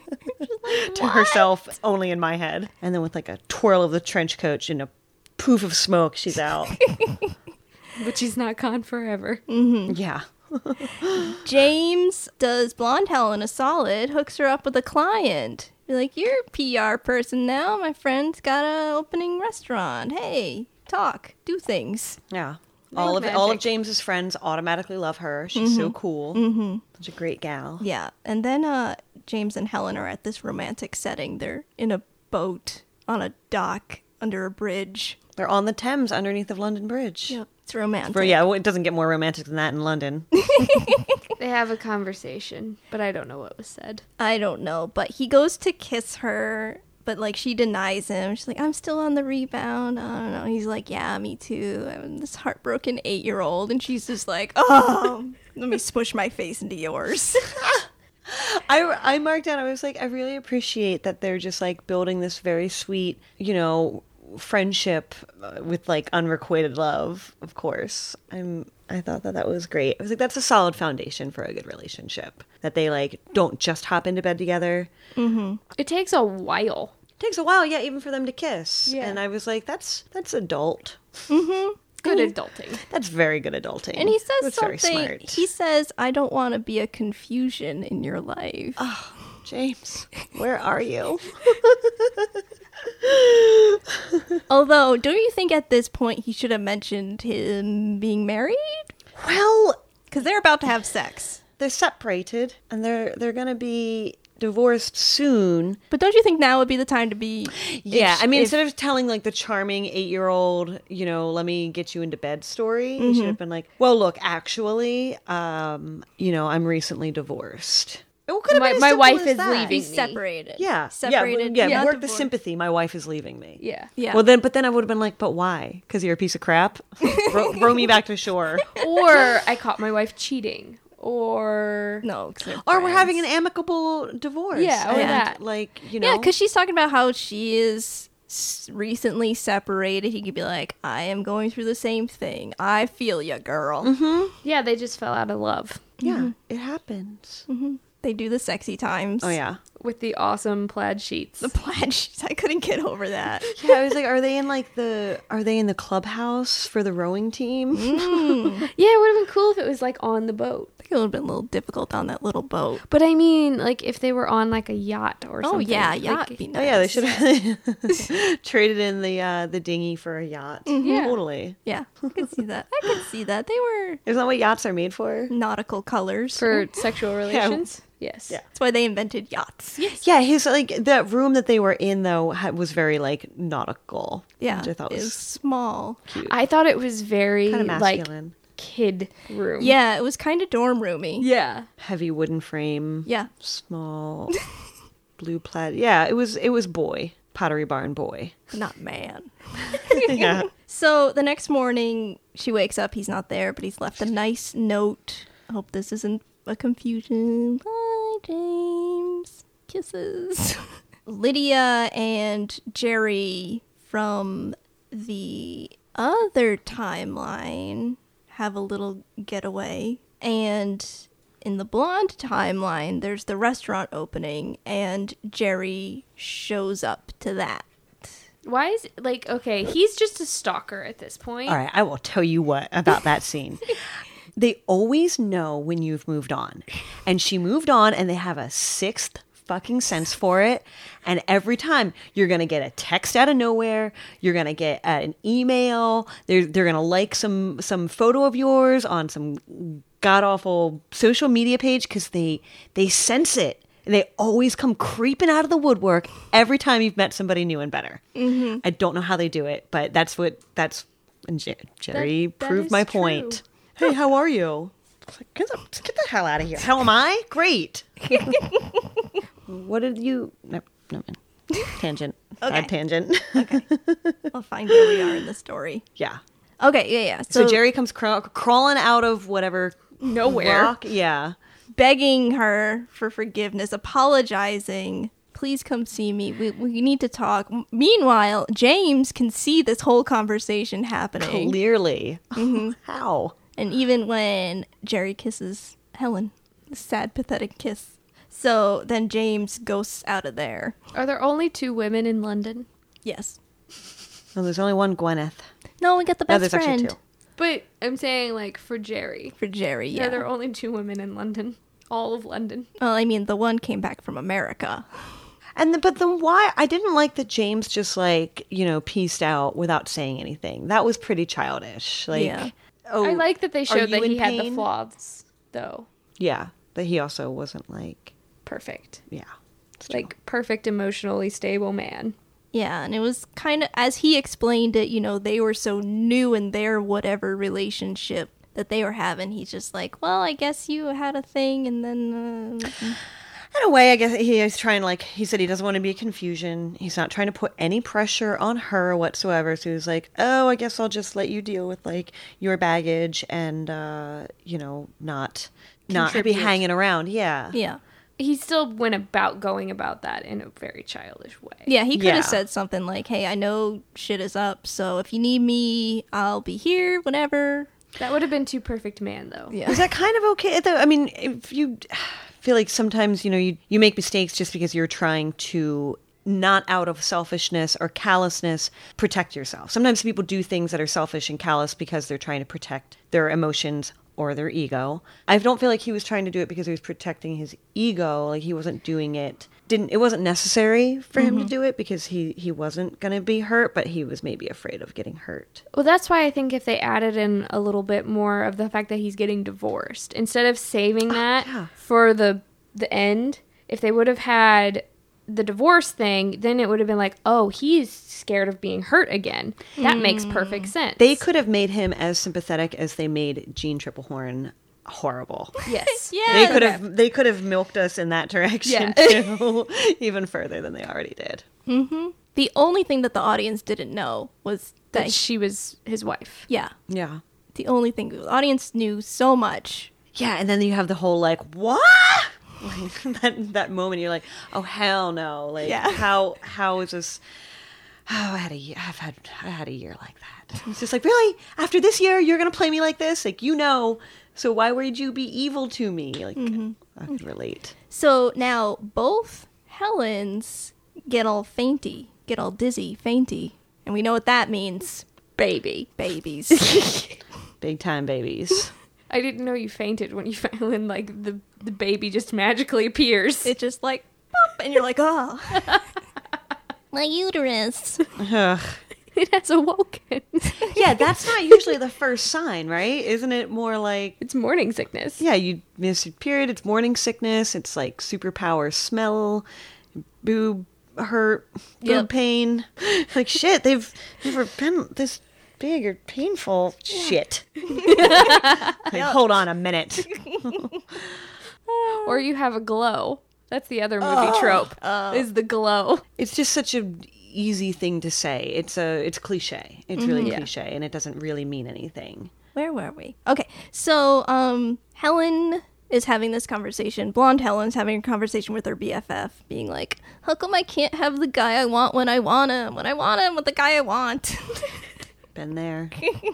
Speaker 3: to herself, only in my head. And then with like a twirl of the trench coat and a poof of smoke, she's out.
Speaker 2: But she's not gone forever.
Speaker 3: yeah.
Speaker 1: James does blonde Helen a solid, hooks her up with a client. Be like, you're a PR person now. My friend's got a opening restaurant. Hey, talk, do things.
Speaker 3: Yeah. All of
Speaker 2: Like
Speaker 3: all of
Speaker 2: magic.
Speaker 3: James's friends automatically love her. She's so cool. Such a great gal.
Speaker 1: Yeah. And then uh, James and Helen are at this romantic setting. They're in a boat on a dock under a bridge.
Speaker 3: They're on the Thames underneath of London Bridge.
Speaker 1: Yep. It's romantic.
Speaker 3: But yeah, well, it doesn't get more romantic than that in London.
Speaker 2: They have a conversation, but I don't know what was said.
Speaker 1: I don't know, but he goes to kiss her, but like she denies him. She's like, I'm still on the rebound. I don't know. He's like, Yeah, me too. I'm this heartbroken eight year old. And she's just like, Oh, let me smush my face into yours.
Speaker 3: I, I marked down, I was like, I really appreciate that they're just like building this very sweet, you know, friendship uh, with like unrequited love, of course. I'm, I thought that that was great. I was like, that's a solid foundation for a good relationship. That they like don't just hop into bed together.
Speaker 2: It takes a while.
Speaker 3: It takes a while, yeah, even for them to kiss.
Speaker 2: Yeah.
Speaker 3: And I was like, that's that's adult.
Speaker 2: Good adulting.
Speaker 3: That's very good adulting.
Speaker 1: And he says
Speaker 3: That's
Speaker 1: something.
Speaker 3: Very smart.
Speaker 1: He says, I don't want to be a confusion in your life.
Speaker 3: James, where are you?
Speaker 1: Although, don't you think at this point he should have mentioned him being married?
Speaker 3: well,
Speaker 1: Because they're about to have sex.
Speaker 3: they're separated and they're they're gonna be divorced soon.
Speaker 1: But don't you think now would be the time to be.
Speaker 3: Yeah,
Speaker 1: if-
Speaker 3: I mean,
Speaker 1: if-
Speaker 3: instead of telling like the charming eight year old, you know, let me get you into bed story, he should have been like, well, look, actually, um, you know, I'm recently divorced. It could have
Speaker 2: My-
Speaker 3: been as
Speaker 2: my
Speaker 3: simple
Speaker 2: wife
Speaker 3: as
Speaker 2: is
Speaker 3: that.
Speaker 2: leaving.
Speaker 1: be
Speaker 2: me.
Speaker 1: separated.
Speaker 3: Yeah,
Speaker 1: Separated.
Speaker 3: Yeah, yeah,
Speaker 1: not
Speaker 3: work the
Speaker 1: divorced.
Speaker 3: sympathy. My wife is leaving me.
Speaker 2: Yeah.
Speaker 1: Yeah.
Speaker 3: Well, then, but then I would have been like, but why? Because you're a piece of crap. Row, row me back to shore.
Speaker 2: Or I caught my wife cheating. Or
Speaker 1: No. 'cause they're
Speaker 3: Or we're
Speaker 1: friends.
Speaker 3: having an amicable divorce.
Speaker 2: Yeah, or
Speaker 3: and,
Speaker 2: that.
Speaker 3: Like, you know.
Speaker 1: Yeah, because she's talking about how she is s- recently separated. He could be like, I am going through the same thing. I feel ya, girl.
Speaker 2: yeah, they just fell out of love
Speaker 3: yeah, it happens.
Speaker 1: They do the sexy times.
Speaker 3: Oh, yeah.
Speaker 2: with the awesome plaid sheets.
Speaker 1: The plaid sheets. I couldn't get over that.
Speaker 3: Yeah, I was like, are they in like the are they in the clubhouse for the rowing team?
Speaker 2: Yeah, it would have been cool if it was like on the boat.
Speaker 1: I think it would have been a little difficult on that little boat.
Speaker 2: But I mean, like if they were on like a yacht or something.
Speaker 1: Oh, yeah,
Speaker 2: like,
Speaker 1: yacht. would be nice.
Speaker 3: Oh yeah, they should have traded in the uh, the dinghy for a yacht.
Speaker 2: Yeah.
Speaker 3: Mm-hmm. Totally.
Speaker 1: Yeah, I could see that. I could see that. They were
Speaker 3: Isn't that what yachts are made for?
Speaker 1: nautical colors.
Speaker 2: for sexual relations. Yes.
Speaker 3: Yeah.
Speaker 1: That's why they invented yachts.
Speaker 3: Yeah, his like that room that they were in though ha- was very like nautical.
Speaker 1: Yeah,
Speaker 3: which I thought
Speaker 1: it was
Speaker 3: was
Speaker 1: small.
Speaker 2: I thought it was very
Speaker 3: kind of
Speaker 2: like
Speaker 3: masculine.
Speaker 2: kid room.
Speaker 1: Yeah, it was kind of dorm roomy.
Speaker 2: Yeah.
Speaker 3: Heavy wooden frame.
Speaker 1: Yeah.
Speaker 3: small blue plaid. Yeah, it was it was boy pottery barn boy.
Speaker 1: not man.
Speaker 3: yeah.
Speaker 1: So the next morning, she wakes up. He's not there, but he's left a nice note. I hope this isn't a confusion. Bye, James. Kisses. Lydia and Jerry from the other timeline have a little getaway. And in the blonde timeline, there's the restaurant opening, and Jerry shows up to that.
Speaker 2: Why is it like okay? He's just a stalker at this point.
Speaker 3: All right, I will tell you what about that scene. they always know when you've moved on. And she moved on, and they have a sixth fucking sense for it. And every time you're going to get a text out of nowhere, you're going to get uh, an email, they're, they're going to like some, some photo of yours on some god awful social media page because they, they sense it. And They always come creeping out of the woodwork every time you've met somebody new and better.
Speaker 2: Mm-hmm.
Speaker 3: I don't know how they do it, but that's what that's. And Jer- Jerry
Speaker 2: that
Speaker 3: proved
Speaker 2: is
Speaker 3: my
Speaker 2: true.
Speaker 3: point hey, how are you? It's like, Get the, get the hell out of here. How am I? Great. what did you? No, no, man. Tangent. Bad tangent.
Speaker 1: I'll find where we are in the story.
Speaker 3: yeah.
Speaker 1: Okay, yeah, yeah. So,
Speaker 3: So,
Speaker 1: Jerry
Speaker 3: Jerry comes craw- crawling out of whatever
Speaker 2: Nowhere.
Speaker 3: rock. Yeah.
Speaker 1: begging her for forgiveness, apologizing. Please come see me. We, we need to talk. M- Meanwhile, James can see this whole conversation happening.
Speaker 3: Clearly. how?
Speaker 1: And even when Jerry kisses Helen, a sad, pathetic kiss. So then James ghosts out of there.
Speaker 2: Are there only two women in London?
Speaker 1: Yes.
Speaker 3: No, there's only one Gwyneth.
Speaker 1: No, we got the
Speaker 3: No,
Speaker 1: best
Speaker 3: there's actually
Speaker 1: friend
Speaker 3: two.
Speaker 2: But I'm saying like for Jerry.
Speaker 1: for Jerry.
Speaker 2: Yeah.
Speaker 1: Yeah.
Speaker 2: there are only two women in London. All of London.
Speaker 1: well, I mean, the one came back from America.
Speaker 3: And the, but then why? I didn't like that James just like you know pieced out without saying anything. That was pretty childish. Like,
Speaker 1: Yeah.
Speaker 3: oh,
Speaker 2: I like that they
Speaker 3: are
Speaker 2: showed
Speaker 3: you
Speaker 2: that he
Speaker 3: in
Speaker 2: had the
Speaker 3: pain?
Speaker 2: flaws though.
Speaker 3: Yeah, but he also wasn't like
Speaker 2: Perfect.
Speaker 3: yeah. It's true.
Speaker 2: Like perfect emotionally stable man.
Speaker 1: Yeah, and it was kind of as he explained it, you know, they were so new in their whatever relationship that they were having. He's just like, well, I guess you had a thing, and then uh,
Speaker 3: In a way, I guess he is trying, like, he said he doesn't want to be a confusion. He's not trying to put any pressure on her whatsoever. So he's like, oh, I guess I'll just let you deal with, like, your baggage and, uh, you know, not, not be
Speaker 2: Contribute.
Speaker 3: hanging around. Yeah.
Speaker 1: yeah,
Speaker 2: He still went about going about that in a very childish way.
Speaker 1: yeah. He could have
Speaker 3: Yeah.
Speaker 1: said something like, "Hey, I know shit is up, so if you need me, I'll be here whenever."
Speaker 2: That would have been too perfect man though.
Speaker 1: Yeah.
Speaker 3: Is that kind of okay? Though? I mean, if you feel like sometimes, you know, you, you make mistakes just because you're trying to not out of selfishness or callousness protect yourself. Sometimes people do things that are selfish and callous because they're trying to protect their emotions or their ego. I don't feel like he was trying to do it because he was protecting his ego, like he wasn't doing it didn't it wasn't necessary for him to do it because he he wasn't going to be hurt, but he was maybe afraid of getting hurt.
Speaker 2: Well, that's why I think if they added in a little bit more of the fact that he's getting divorced, instead of saving that
Speaker 3: Oh, yeah.
Speaker 2: for the the end, if they would have had the divorce thing, then it would have been like, oh, he's scared of being hurt again. That makes perfect sense.
Speaker 3: Hmm. They could have made him as sympathetic as they made Gene Triplehorn horrible.
Speaker 2: yes,
Speaker 1: Yeah,
Speaker 3: They could have they could have milked us in that direction too, even further than they already did.
Speaker 1: The only thing that the audience didn't know was that,
Speaker 2: that she was his wife.
Speaker 1: yeah,
Speaker 3: Yeah.
Speaker 1: the only thing the audience knew so much.
Speaker 3: Yeah, and then you have the whole like what like that that moment you're like, oh hell no! Like
Speaker 1: Yeah.
Speaker 3: how how is this? Oh, I had a year. I've had I had a year like that. It's just like really after this year you're gonna play me like this? Like you know, so why would you be evil to me? Like
Speaker 1: Mm-hmm.
Speaker 3: I could relate.
Speaker 1: So now both Helens get all fainty, get all dizzy, fainty. And we know what that means. Baby. Babies.
Speaker 3: Big time babies.
Speaker 2: I didn't know you fainted when you found when like the the baby just magically appears.
Speaker 1: it's just like, pop, and you're like, oh. My uterus.
Speaker 3: Ugh.
Speaker 2: It has awoken.
Speaker 3: Yeah, that's not usually the first sign, right? Isn't it more like
Speaker 2: it's morning sickness.
Speaker 3: yeah, you miss your period, it's morning sickness, it's like superpower smell, boob hurt, boob
Speaker 1: Yep.
Speaker 3: pain. It's like shit, they've never been this big or painful. Shit. Like, hold on a minute.
Speaker 2: or you have a glow. That's the other movie trope. Is the glow.
Speaker 3: It's just such a easy thing to say. It's a it's cliche. It's really
Speaker 2: Yeah.
Speaker 3: cliche and it doesn't really mean anything.
Speaker 1: Where were we? Okay. So, um, Helen is having this conversation. Blonde Helen's having a conversation with her BFF, being like, how come I can't have the guy I want when I want him? When I want him with the guy I want.
Speaker 3: Been there.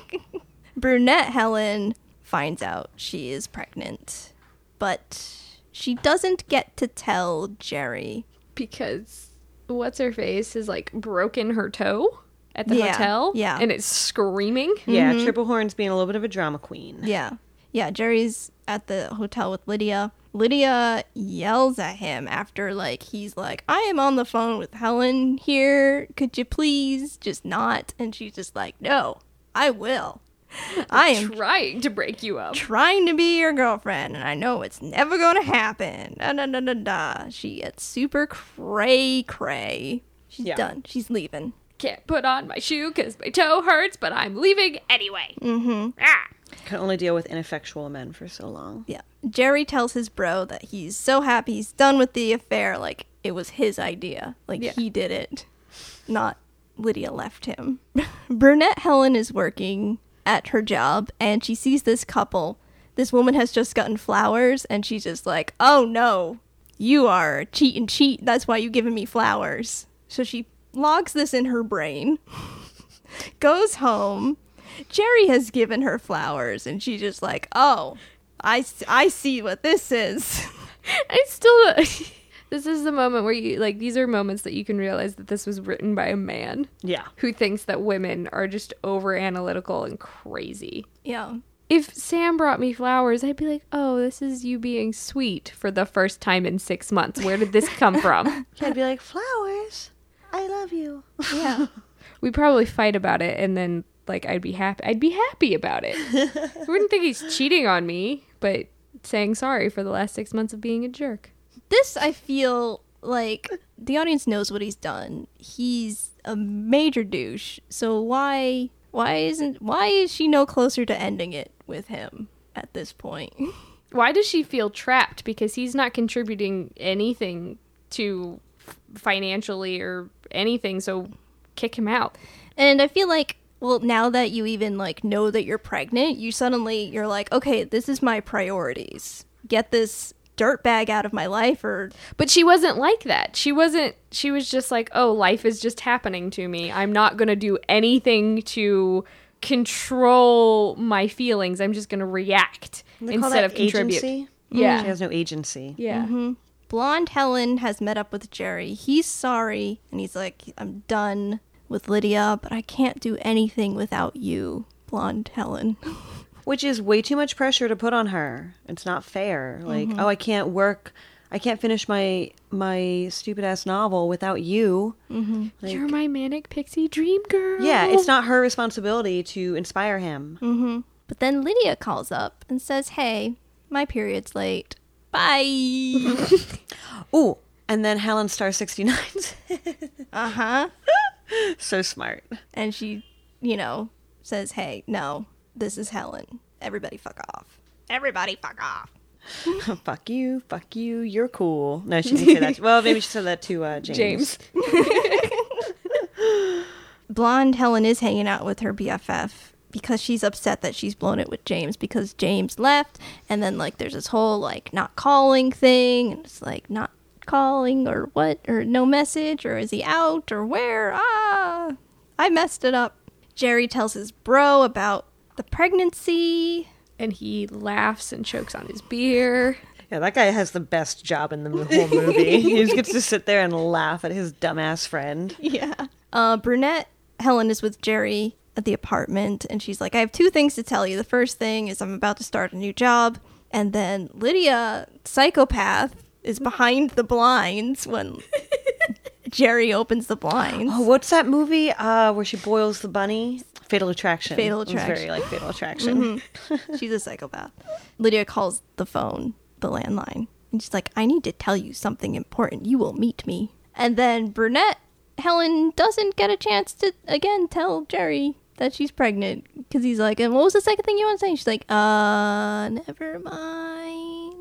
Speaker 1: Brunette Helen finds out she is pregnant, but she doesn't get to tell Jerry.
Speaker 2: because what's her face has like broken her toe at the
Speaker 1: Yeah,
Speaker 2: hotel.
Speaker 1: yeah.
Speaker 2: And it's screaming.
Speaker 3: Yeah, Triple Horn's being a little bit of a drama queen.
Speaker 1: Yeah. Yeah, Jerry's at the hotel with Lydia. Lydia yells at him after, like, he's like, I am on the phone with Helen here. Could you please just not? And she's just like, No, I will. I am
Speaker 2: Trying to break you up.
Speaker 1: trying to be your girlfriend, and I know it's never gonna happen. Da da da da da. She gets super cray cray. She's
Speaker 3: Yeah.
Speaker 1: done. She's leaving.
Speaker 2: Can't put on my shoe because my toe hurts, but I'm leaving anyway. Mm-hmm.
Speaker 3: Can only deal with ineffectual men for so long.
Speaker 1: Yeah. Jerry tells his bro that he's so happy he's done with the affair. Like it was his idea. Like
Speaker 2: Yeah.
Speaker 1: he did it, not Lydia left him. Brunette Helen is working at her job, and she sees this couple. This woman has just gotten flowers, and she's just like, "Oh no, you are a cheat and cheat. That's why you giving me flowers." So she logs this in her brain goes home. Jerry has given her flowers, and she's just like, oh, I, s- I see what this is.
Speaker 2: I still. This is the moment where you like. These are moments that you can realize that this was written by a man
Speaker 3: Yeah.
Speaker 2: who thinks that women are just over analytical and crazy.
Speaker 1: Yeah.
Speaker 2: If Sam brought me flowers, I'd be like, "Oh, this is you being sweet for the first time in six months. Where did this come from?"
Speaker 3: I'd be like, flowers. I love you.
Speaker 1: Yeah.
Speaker 2: we probably fight about it and then like i'd be happy i'd be happy about it i wouldn't think he's cheating on me but saying sorry for the last six months of being a jerk
Speaker 1: this, I feel like the audience knows what he's done. He's a major douche. So why why isn't why is she no closer to ending it with him at this point?
Speaker 2: why does she feel trapped because he's not contributing anything to f- financially or anything so kick him out
Speaker 1: And I feel like, well, now that you even like know that you're pregnant, you suddenly you're like, okay, this is my priorities. Get this dirtbag out of my life, or
Speaker 2: but she wasn't like that she wasn't she was just like oh life is just happening to me i'm not going to do anything to control my feelings i'm just going to react
Speaker 3: They call
Speaker 2: instead
Speaker 3: that
Speaker 2: of contribute Mm.
Speaker 3: agency? Mm-hmm.
Speaker 2: Yeah.
Speaker 3: She has no agency.
Speaker 2: Yeah.
Speaker 1: blonde Helen has met up with Jerry. He's sorry, and he's like, I'm done with Lydia, but I can't do anything without you, blonde Helen.
Speaker 3: Which is way too much pressure to put on her. It's not fair. Like, oh, I can't work. I can't finish my my stupid ass novel without you. Mm-hmm. Like,
Speaker 2: You're my manic pixie dream girl.
Speaker 3: yeah, it's not her responsibility to inspire him.
Speaker 1: But then Lydia calls up and says, Hey, my period's late. Bye.
Speaker 3: Ooh, and then Helen Star 69.
Speaker 1: uh huh.
Speaker 3: so smart.
Speaker 1: and she, you know, says, "Hey, no, this is Helen. Everybody, fuck off. Everybody, fuck off."
Speaker 3: fuck you, fuck you, you're cool. No, she didn't say that. Well, maybe she said that to uh, James.
Speaker 2: James.
Speaker 1: Blonde Helen is hanging out with her BFF because she's upset that she's blown it with James because James left, and then like there's this whole like not calling thing, and it's like not calling or what or no message or is he out or where? Ah, I messed it up. Jerry tells his bro about the pregnancy.
Speaker 2: And he laughs and chokes on his beer.
Speaker 3: Yeah, that guy has the best job in the mo- whole movie. he just gets to sit there and laugh at his dumbass friend.
Speaker 1: Yeah. Uh, brunette Helen is with Jerry at the apartment, and she's like, I have two things to tell you. The first thing is I'm about to start a new job. And then Lydia, psychopath, is behind the blinds when Jerry opens the blinds.
Speaker 3: Oh, what's that movie uh, where she boils the bunny? Fatal Attraction. Mm-hmm.
Speaker 1: Fatal
Speaker 3: It was
Speaker 1: Attraction.
Speaker 3: very like Fatal Attraction.
Speaker 1: She's a psychopath. Lydia calls the phone, the landline, and she's like, I need to tell you something important. You will meet me. And then brunette Helen doesn't get a chance to, again, tell Jerry that she's pregnant because he's like, And what was the second thing you want to say? She's like, Uh, never mind.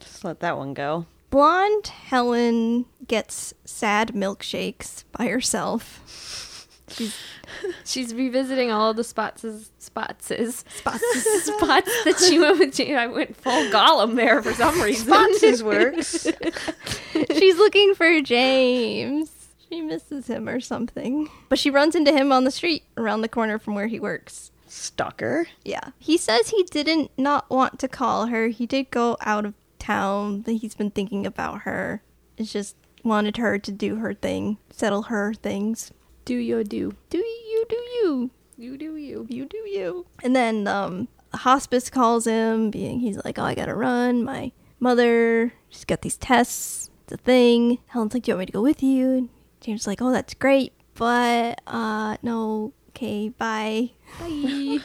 Speaker 3: Just let that one go.
Speaker 1: Blonde Helen gets sad milkshakes by herself.
Speaker 2: She's revisiting all the spots spots spots that she went with James. I went full Gollum there for some reason.
Speaker 3: Fox's works.
Speaker 1: She's looking for James. She misses him or something. But she runs into him on the street around the corner from where he works.
Speaker 3: Stalker.
Speaker 1: Yeah. He says he didn't not want to call her. He did go out of town. that He's been thinking about her. It's just wanted her to do her thing, settle her things.
Speaker 2: Do your do.
Speaker 1: Do you do you?
Speaker 2: You do you.
Speaker 1: You do you. And then um hospice calls him being he's like, "Oh, I got to run. My mother, she's got these tests. It's a thing." Helen's like, "Do you want me to go with you?" And James is like, "Oh, that's great, but uh no. Okay, bye."
Speaker 2: Bye.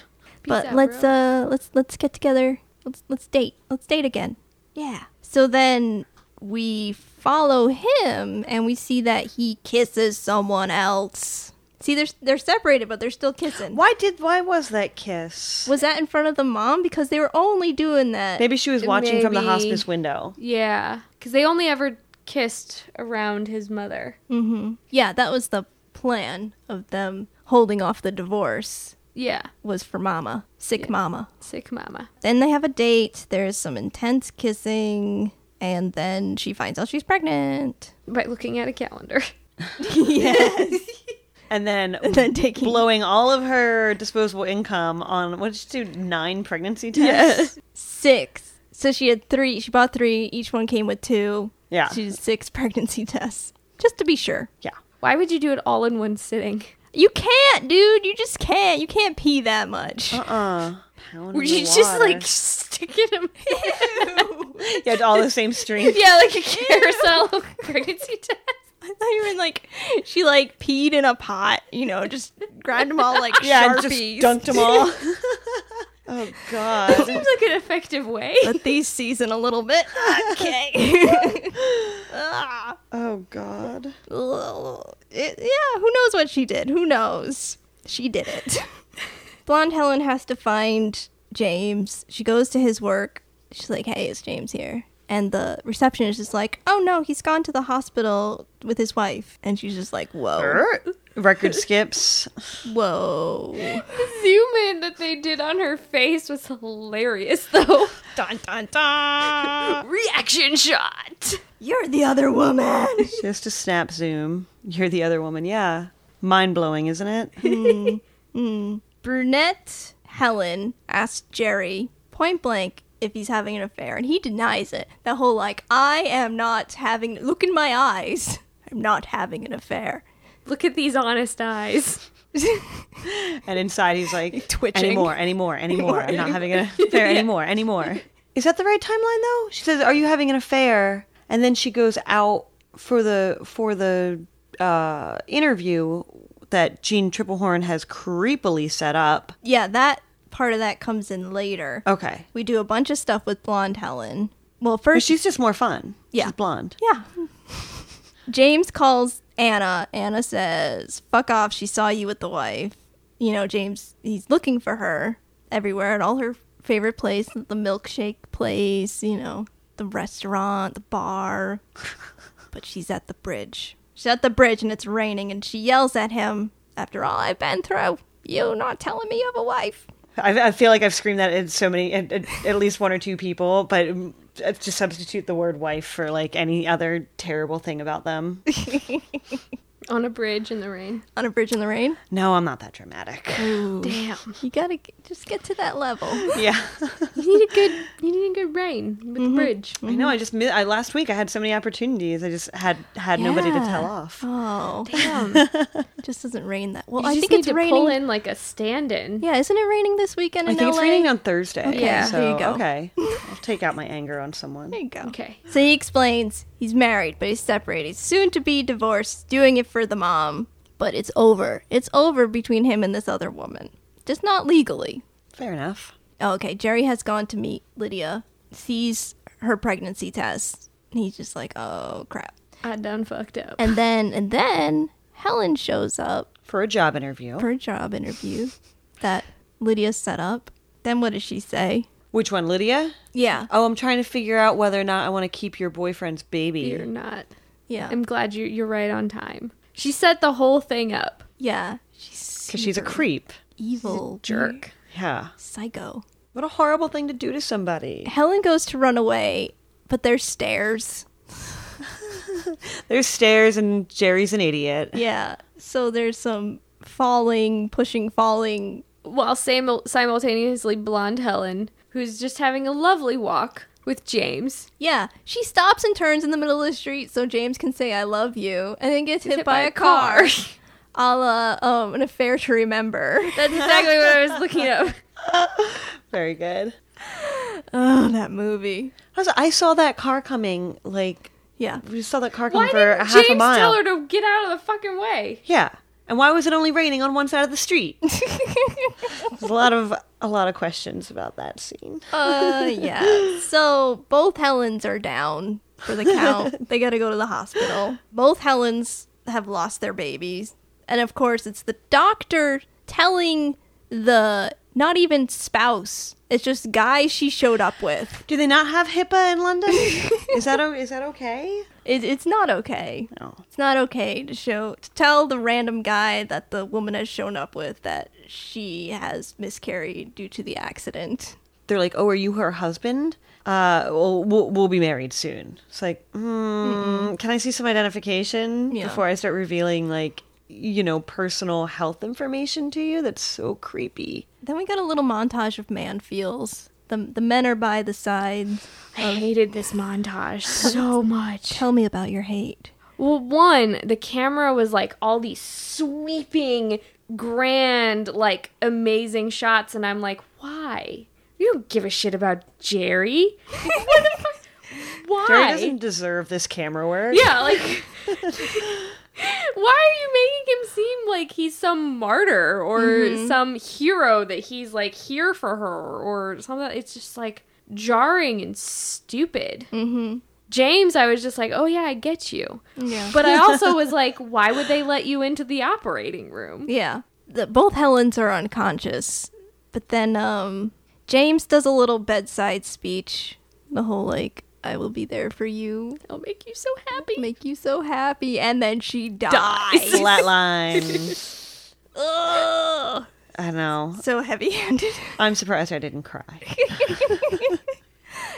Speaker 1: but let's uh let's let's get together. Let's let's date. Let's date again. Yeah. So then we follow him and we see that he kisses someone else. See, they're they're separated, but they're still kissing.
Speaker 3: Why did? Why was that kiss?
Speaker 1: Was that in front of the mom? Because they were only doing that.
Speaker 3: Maybe she was watching from the
Speaker 2: Maybe.
Speaker 3: hospice window.
Speaker 2: Yeah, because they only ever kissed around his mother.
Speaker 1: hmm Yeah, that was the plan of them holding off the divorce
Speaker 2: Yeah,
Speaker 1: was for mama, sick mama.
Speaker 2: sick mama.
Speaker 1: Then they have a date. There's some intense kissing, and then she finds out she's pregnant.
Speaker 2: By looking at a calendar.
Speaker 1: yes.
Speaker 3: And then,
Speaker 1: And then taking
Speaker 3: blowing all of her disposable income on what did she do? Nine pregnancy tests.
Speaker 1: six. So she had three. She bought three. Each one came with two.
Speaker 3: Yeah.
Speaker 1: She did six pregnancy tests just to be sure.
Speaker 3: Yeah.
Speaker 2: Why would you do it all in one sitting?
Speaker 1: You can't, dude. You just can't. You can't pee that much.
Speaker 3: Uh. uh Pound
Speaker 2: Were
Speaker 3: the
Speaker 2: you just
Speaker 3: water.
Speaker 2: like sticking him?
Speaker 3: yeah, it's all the same stream.
Speaker 2: yeah, like a carousel of pregnancy test.
Speaker 1: I thought you meant like she like peed in a pot, you know, just grabbed them all like
Speaker 3: Yeah, and just
Speaker 1: sharpies.
Speaker 3: dunked them all. oh God.
Speaker 2: Seems like an effective way.
Speaker 1: Let these season a little bit. Okay. Ah.
Speaker 3: Oh God.
Speaker 1: Ugh. It- yeah, who knows what she did? Who knows? She did it. Blonde Helen has to find James. She goes to his work. She's like, hey, is James here? And the receptionist is like, oh no, he's gone to the hospital with his wife. And she's just like, whoa,
Speaker 3: Er, Record skips.
Speaker 1: whoa.
Speaker 2: Zoom in that they did on her face was hilarious, though.
Speaker 1: Dun dun dun!
Speaker 2: Reaction shot.
Speaker 1: You're the other woman.
Speaker 3: Just a snap zoom. You're the other woman. Yeah. Mind blowing, isn't it?
Speaker 1: Brunette Helen asked Jerry point blank if he's having an affair, and he denies it. That whole like, I am not having. Look in my eyes. I'm not having an affair.
Speaker 2: Look at these honest eyes.
Speaker 3: And inside he's like
Speaker 2: Twitching.
Speaker 3: Anymore, anymore, anymore. I'm not having an affair anymore, anymore. Is that the right timeline though? She says, "Are you having an affair?" And then she goes out for the for the uh, interview that Gene Triplehorn has creepily set up.
Speaker 1: Yeah, that part of that comes in later.
Speaker 3: Okay,
Speaker 1: We do a bunch of stuff with blonde Helen. Well,
Speaker 3: but
Speaker 1: first,
Speaker 3: she's just more fun.
Speaker 1: Yeah.
Speaker 3: she's blonde.
Speaker 1: yeah. James calls Anna. Anna says, "Fuck off. She saw you with the wife." You know, James. He's looking for her everywhere at all her favorite place, the milkshake place. You know, the restaurant, the bar. but she's at the bridge. She's at the bridge, and it's raining. And she yells at him. After all I've been through, you not telling me you have a wife.
Speaker 3: I, I feel like I've screamed that at so many, at, at, at least one or two people, but um, to substitute the word wife for like any other terrible thing about them.
Speaker 2: On a bridge in the rain.
Speaker 1: On a bridge in the rain.
Speaker 3: No, I'm not that dramatic.
Speaker 2: Damn.
Speaker 1: You gotta g- just get to that level.
Speaker 3: Yeah.
Speaker 2: You need a good you need a good rain with
Speaker 3: Mm-hmm.
Speaker 2: the bridge.
Speaker 3: I
Speaker 1: Mm-hmm.
Speaker 3: know. I just mi- I last week I had so many opportunities. I just had had nobody to tell
Speaker 1: Yeah.
Speaker 3: off.
Speaker 1: Oh,
Speaker 2: Damn. You
Speaker 1: it just doesn't rain that. Well,
Speaker 2: just
Speaker 1: I think
Speaker 2: need
Speaker 1: it's
Speaker 2: to pull
Speaker 1: raining.
Speaker 2: in like a stand in.
Speaker 1: Yeah, isn't it raining this weekend
Speaker 3: I
Speaker 1: in
Speaker 3: think it's
Speaker 1: LA?
Speaker 3: raining on Thursday.
Speaker 2: Yeah.
Speaker 3: so,
Speaker 1: there you go.
Speaker 3: Okay. I'll take out my anger on someone.
Speaker 1: There you go.
Speaker 2: Okay.
Speaker 1: So he explains he's married, but he's separated, soon to be divorced, doing it for the mom. But it's over. It's over between him and this other woman. Just not legally.
Speaker 3: Fair enough.
Speaker 1: Oh, okay, Jerry has gone to meet Lydia, sees her pregnancy test, and he's just like, oh, crap.
Speaker 2: I Ah, done fucked up.
Speaker 1: And then, and then Helen shows up
Speaker 3: For a job interview.
Speaker 1: her job interview that Lydia set up. Then what does she say?
Speaker 3: Which one, Lydia?
Speaker 1: Yeah.
Speaker 3: Oh, I'm trying to figure out whether or not I want to keep your boyfriend's baby.
Speaker 1: Mm.
Speaker 2: You're not.
Speaker 1: Yeah.
Speaker 2: I'm glad you you're right on time. She set the whole thing up.
Speaker 1: yeah. She's
Speaker 3: Because she's a creep.
Speaker 1: evil
Speaker 2: Jerk.
Speaker 3: Yeah.
Speaker 1: Psycho.
Speaker 3: What a horrible thing to do to somebody.
Speaker 1: Helen goes to run away, but there's stairs.
Speaker 3: There's stairs and Jerry's an idiot.
Speaker 1: Yeah. So there's some falling, pushing, falling.
Speaker 2: While sim- simultaneously, blonde Helen, who's just having a lovely walk with James,
Speaker 1: Yeah. She stops and turns in the middle of the street so James can say "I love you" and then gets hit, by, a car. a la um, an affair to remember.
Speaker 2: That's exactly what I was looking up.
Speaker 3: Very good.
Speaker 1: Oh, that movie.
Speaker 3: Also, I saw that car coming. Like
Speaker 1: Yeah.
Speaker 3: we saw that car come
Speaker 2: Why
Speaker 3: for
Speaker 2: did
Speaker 3: a half
Speaker 2: James
Speaker 3: a mile.
Speaker 2: tell her to get out of the fucking way?
Speaker 3: yeah. And why was it only raining on one side of the street? There's a lot of a lot of questions about that scene.
Speaker 1: Uh, yeah. So both Helens are down for the count. they got to go to the hospital. Both Helens have lost their babies. And of course, it's the doctor telling the not even spouse, it's just guy she showed up with.
Speaker 3: Do they not have HIPAA in London? is that o- is that okay?
Speaker 1: It, it's not okay.
Speaker 3: No.
Speaker 1: It's not okay to show to tell the random guy that the woman has shown up with that she has miscarried due to the accident.
Speaker 3: They're like, oh, are you her husband? Uh, well, we'll, we'll be married soon. It's like, mm, can I see some identification
Speaker 1: Yeah.
Speaker 3: before I start revealing like you know personal health information to you? That's so creepy.
Speaker 1: Then we got a little montage of man feels. The, the men are by the side.
Speaker 2: I hated this montage so much.
Speaker 1: Tell me about your hate.
Speaker 2: Well, one, the camera was like all these sweeping, grand, like amazing shots, and I'm like, why? You don't give a shit about Jerry. Like, what the fuck?
Speaker 3: Jerry
Speaker 2: Why?
Speaker 3: doesn't deserve this camera work.
Speaker 2: yeah, like, why are you making him seem like he's some martyr or
Speaker 1: Mm-hmm.
Speaker 2: some hero that he's like here for her or something? It's just like jarring and stupid.
Speaker 1: Mm-hmm.
Speaker 2: James, I was just like, oh yeah, I get you.
Speaker 1: Yeah.
Speaker 2: But I also was like, why would they let you into the operating room?
Speaker 1: Yeah. The, both Helens are unconscious. But then um, James does a little bedside speech. The whole, like, I will be there for you,
Speaker 2: It'll make you so happy.
Speaker 1: make you so happy. And then she dies.
Speaker 3: Flatline.
Speaker 1: Ugh.
Speaker 3: I know.
Speaker 1: So heavy handed.
Speaker 3: I'm surprised I didn't cry.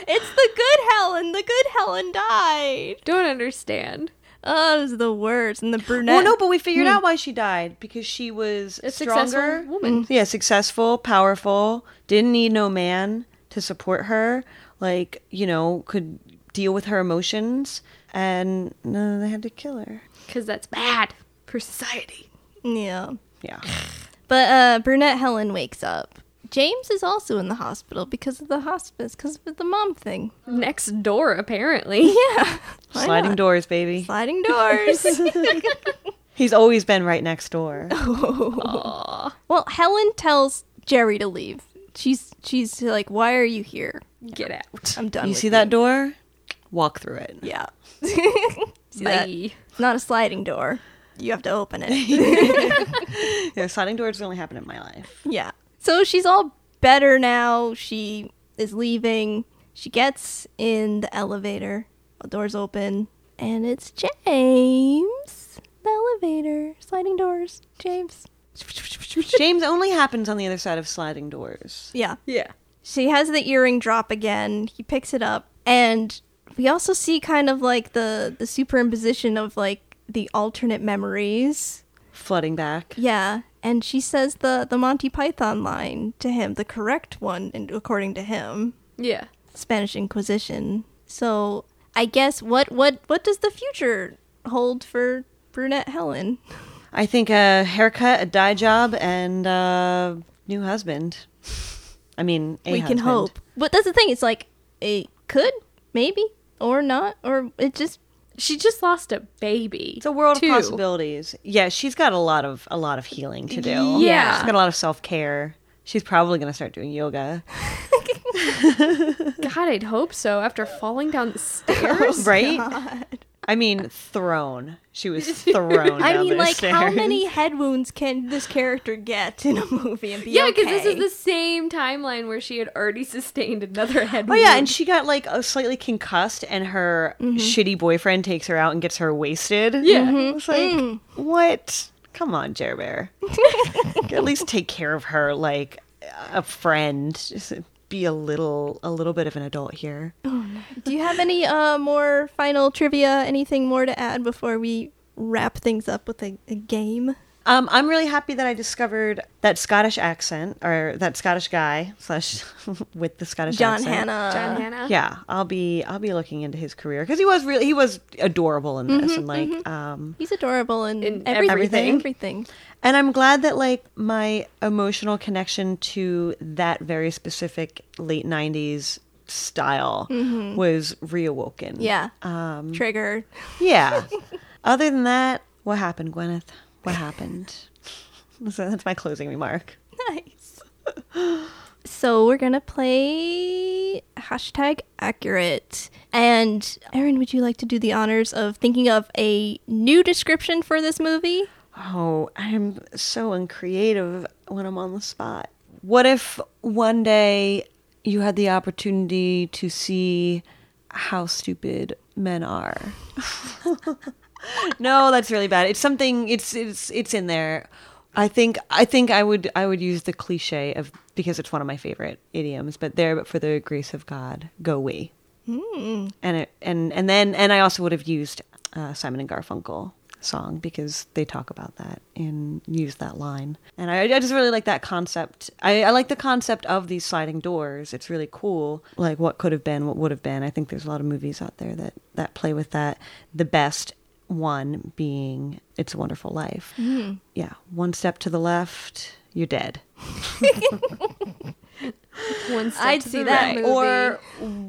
Speaker 1: It's the good Helen. The good Helen died.
Speaker 2: Don't understand.
Speaker 1: Oh, it was the worst. And the brunette.
Speaker 3: Well, no, but we figured out why she died because she was
Speaker 2: A
Speaker 3: stronger.
Speaker 2: Hmm. successful
Speaker 1: Mm.
Speaker 2: woman.
Speaker 3: Yeah, successful, powerful, didn't need no man to support her, like, you know, could deal with her emotions, and no, they had to kill her.
Speaker 2: Because that's bad for society.
Speaker 1: yeah.
Speaker 3: Yeah.
Speaker 1: But uh, brunette Helen wakes up. James is also in the hospital because of the hospice, because of the mom thing.
Speaker 2: Next door, apparently.
Speaker 1: Yeah. Why
Speaker 3: Sliding
Speaker 1: not?
Speaker 3: doors, baby.
Speaker 1: Sliding doors.
Speaker 3: He's always been right next door.
Speaker 2: Aw,
Speaker 1: well, Helen tells Jerry to leave. She's she's like, "Why are you here?
Speaker 2: get out.
Speaker 1: I'm done."
Speaker 3: You
Speaker 1: with
Speaker 3: see that door? Walk through it.
Speaker 1: Yeah. see that?
Speaker 2: Bye.
Speaker 1: It's not a sliding door. You have to open it.
Speaker 3: Yeah, sliding doors only happen in my life.
Speaker 1: yeah. So she's all better now. She is leaving. She gets in the elevator. The doors open, and it's James. The elevator, sliding doors. James.
Speaker 3: James only happens on the other side of sliding doors.
Speaker 1: Yeah.
Speaker 2: Yeah.
Speaker 1: She has the earring drop again. He picks it up, and we also see kind of like the the superimposition of like the alternate memories.
Speaker 3: Flooding back.
Speaker 1: Yeah, and she says the the Monty Python line to him, the correct one, and according to him,
Speaker 2: Yeah.
Speaker 1: Spanish Inquisition. So I guess what what what does the future hold for brunette Helen?
Speaker 3: I think a haircut, a dye job, and a new husband. I mean, a
Speaker 1: we
Speaker 3: husband.
Speaker 1: can hope, but that's the thing. It's like it could maybe or not, or it just
Speaker 2: She just lost a baby.
Speaker 3: It's a world
Speaker 2: too.
Speaker 3: of possibilities. Yeah, she's got a lot of a lot of healing to do.
Speaker 2: Yeah.
Speaker 3: she's got a lot of self care. She's probably gonna start doing yoga,
Speaker 2: God, I'd hope so. After falling down the stairs.
Speaker 3: Oh, right? I mean, thrown. She was thrown.
Speaker 1: I
Speaker 3: down
Speaker 1: mean,
Speaker 3: those
Speaker 1: like, how
Speaker 3: stairs.
Speaker 1: many head wounds can this character get in a movie and be
Speaker 2: Yeah,
Speaker 1: okay?
Speaker 2: because this is the same timeline where she had already sustained another head.
Speaker 3: Oh yeah,
Speaker 2: wound.
Speaker 3: and she got like a slightly concussed, and her shitty boyfriend takes her out and gets her wasted.
Speaker 2: Yeah.
Speaker 3: it's like what? Come on, Jer Bear. At least take care of her like a friend. Just be a little a little bit of an adult here.
Speaker 1: Do you have any uh, more final trivia? Anything more to add before we wrap things up with a, a game?
Speaker 3: Um, I'm really happy that I discovered that Scottish accent or that Scottish guy slash with the Scottish
Speaker 1: John
Speaker 3: accent.
Speaker 1: Hannah.
Speaker 2: John Hannah.
Speaker 3: Yeah, I'll be I'll be looking into his career because he was really he was adorable in
Speaker 1: Mm-hmm,
Speaker 3: this and like um
Speaker 1: He's adorable in,
Speaker 2: In
Speaker 1: everything.
Speaker 3: everything.
Speaker 1: Everything.
Speaker 3: and I'm glad that like my emotional connection to that very specific late '90s style was reawoken.
Speaker 1: Mm-hmm. Yeah.
Speaker 3: Um,
Speaker 1: Trigger.
Speaker 3: yeah. Other than that, what happened, Gwyneth? What happened? so that's my closing remark.
Speaker 1: Nice. So we're gonna play hashtag accurate. And Erin, would you like to do the honors of thinking of a new description for this movie?
Speaker 3: Oh, I'm so uncreative when I'm on the spot. What if one day you had the opportunity to see how stupid men are? no, that's really bad. It's something it's it's it's in there. I think I think I would I would use the cliche of because it's one of my favorite idioms, but there but for the grace of God, go we. Mm. And it, and and then and I also would have used uh, Simon and Garfunkel song because they talk about that and use that line. And I, I just really like that concept. I, I like the concept of these sliding doors. It's really cool. Like what could have been, what would have been. I think there's a lot of movies out there that that play with that. The best one being It's a Wonderful Life. Yeah, one step to the left, you're dead.
Speaker 2: One step
Speaker 1: I'd
Speaker 2: to
Speaker 1: see
Speaker 2: the
Speaker 1: that
Speaker 2: right.
Speaker 1: movie.
Speaker 3: Hmm. Or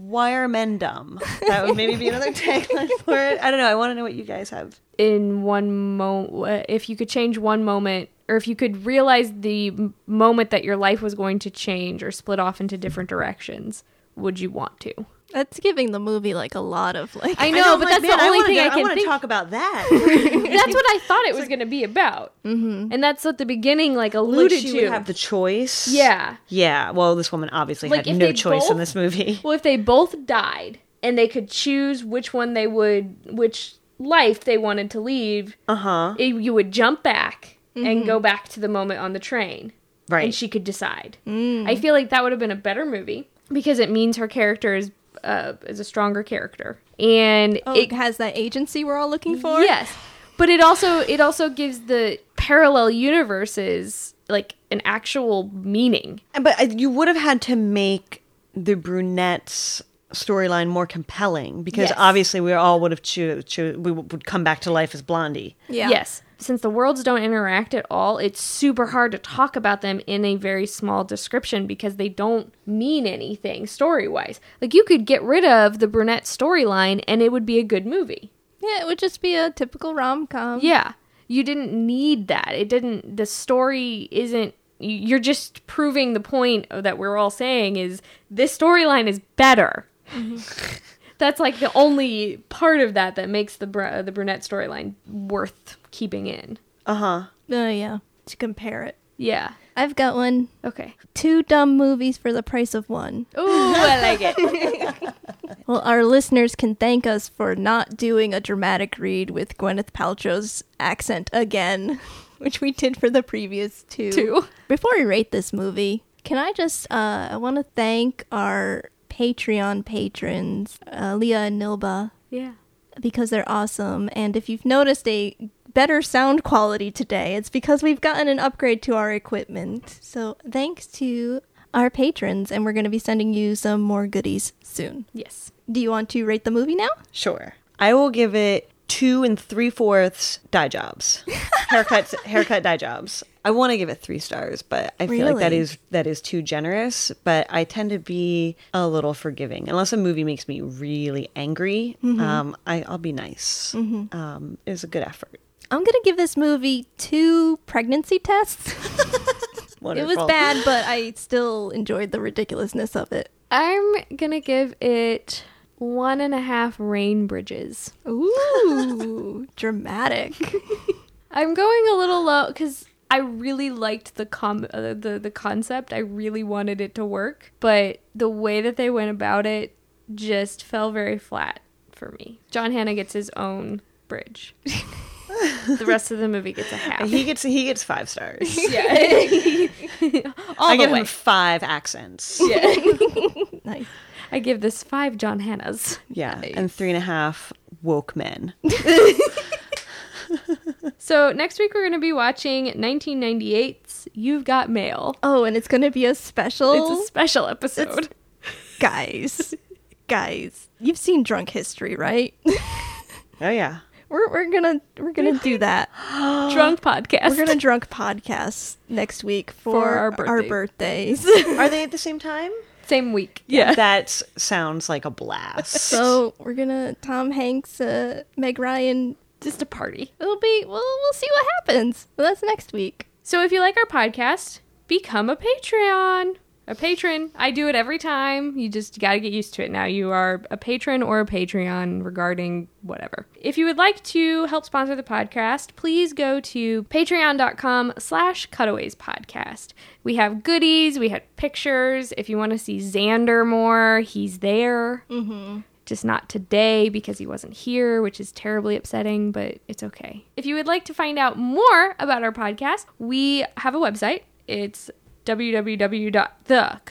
Speaker 3: why are men dumb? That would maybe be another tagline for it. I don't know. I want to know what you guys have.
Speaker 2: in one moment if you could change one moment or if you could realize the m- moment that your life was going to change or split off into different directions would you want to
Speaker 1: That's giving the movie like a lot of like
Speaker 2: i know,
Speaker 3: I'm
Speaker 2: but
Speaker 3: like,
Speaker 2: that's
Speaker 3: man,
Speaker 2: the only
Speaker 3: wanna
Speaker 2: thing
Speaker 3: go-
Speaker 2: i can
Speaker 3: wanna
Speaker 2: think
Speaker 3: talk about that.
Speaker 2: that's what i thought it was going to be about mm-hmm. and that's what the beginning
Speaker 3: Like,
Speaker 2: like alluded
Speaker 3: she
Speaker 2: to
Speaker 3: would have the choice.
Speaker 2: yeah
Speaker 3: Yeah. Well, this woman obviously
Speaker 2: Like,
Speaker 3: had
Speaker 2: if
Speaker 3: no
Speaker 2: they
Speaker 3: choice
Speaker 2: both-
Speaker 3: in this movie.
Speaker 2: well if they both died and they could choose which one they would which life they wanted to leave
Speaker 3: Uh
Speaker 1: Uh-huh.
Speaker 3: huh.
Speaker 2: it, you would jump back
Speaker 1: Mm-hmm.
Speaker 2: and go back to the moment on the train
Speaker 3: Right.
Speaker 2: and she could decide.
Speaker 1: Mm.
Speaker 2: I feel like that would have been a better movie because it means her character is uh, is a stronger character, and
Speaker 1: oh, it
Speaker 2: it
Speaker 1: has that agency we're all looking for.
Speaker 2: yes, but it also it also gives the parallel universes like an actual meaning.
Speaker 3: But I- you would have had to make the brunette's storyline more compelling because
Speaker 2: Yes.
Speaker 3: obviously we all would have cho- cho- we w- would come back to life as Blondie.
Speaker 1: Yeah.
Speaker 2: Yes. Since the worlds don't interact at all, it's super hard to talk about them in a very small description because they don't mean anything story wise. Like, you could get rid of the brunette storyline and it would be a good movie.
Speaker 1: Yeah, it would just be a typical rom com.
Speaker 2: Yeah. You didn't need that. It didn't, the story isn't, you- you're just proving the point that we're all saying is this storyline is better. That's like the only part of that that makes the br- the brunette storyline worth keeping in.
Speaker 3: Uh huh.
Speaker 1: Oh yeah. To compare it.
Speaker 2: Yeah.
Speaker 1: I've got one.
Speaker 2: Okay.
Speaker 1: Two dumb movies for the price of one.
Speaker 2: Ooh, I like it.
Speaker 1: Well, our listeners can thank us for not doing a dramatic read with Gwyneth Paltrow's accent again, which we did for the previous two.
Speaker 2: Two.
Speaker 1: Before we rate this movie, can I just uh, I want to thank our Patreon patrons, uh, Leah and Nilba,
Speaker 2: Yeah.
Speaker 1: because they're awesome. And if you've noticed a better sound quality today, it's because we've gotten an upgrade to our equipment. So thanks to our patrons, and we're going to be sending you some more goodies soon.
Speaker 2: Yes.
Speaker 1: Do you want to rate the movie now?
Speaker 3: Sure. I will give it two and three fourths dye jobs, haircuts, haircut dye jobs. I want to give it three stars, but I feel like that
Speaker 1: Really?
Speaker 3: is that is too generous. But I tend to be a little forgiving unless a movie makes me really angry. Um, I, I'll be nice. Um, it was a good effort.
Speaker 1: I'm going to give this movie two pregnancy tests. it was
Speaker 3: Wonderful.
Speaker 1: bad, but I still enjoyed the ridiculousness of it.
Speaker 2: I'm gonna give it one and a half rain bridges.
Speaker 1: Ooh, dramatic.
Speaker 2: I'm going a little low because I really liked the com uh, the the concept. I really wanted it to work, but the way that they went about it just fell very flat for me. John Hannah gets his own bridge. The rest of the movie gets a half.
Speaker 3: He gets he gets five stars.
Speaker 2: All
Speaker 3: I
Speaker 2: the
Speaker 3: give
Speaker 2: way.
Speaker 3: him five accents.
Speaker 1: Nice.
Speaker 2: I give this five John Hannahs.
Speaker 3: Yeah, and three and a half woke men.
Speaker 2: So next week we're going to be watching 1998's You've Got Mail.
Speaker 1: Oh, and it's gonna be a special.
Speaker 2: Oh, It's a special episode.
Speaker 1: guys, guys, you've seen Drunk History, right?
Speaker 3: Oh yeah,
Speaker 1: we're we're gonna we're gonna do that.
Speaker 2: Drunk podcast.
Speaker 1: We're gonna drunk podcast next week for,
Speaker 2: For our
Speaker 1: our birthdays.
Speaker 3: are they at the same time?
Speaker 2: Same week. Yeah.
Speaker 3: That sounds like a blast.
Speaker 1: so we're gonna Tom Hanks, uh, Meg Ryan.
Speaker 2: Just a party.
Speaker 1: It'll be we'll we'll see what happens. Well, that's next week.
Speaker 2: So if you like our podcast, become a Patreon. A patron. I do it every time. You just got to get used to it now. You are a patron or a Patreon regarding whatever. If you would like to help sponsor the podcast, please go to patreon.com slash cutaways podcast. We have goodies. We have pictures. If you want to see Xander more, he's there. Just not today because he wasn't here, which is terribly upsetting, but it's okay. If you would like to find out more about our podcast, we have a website. It's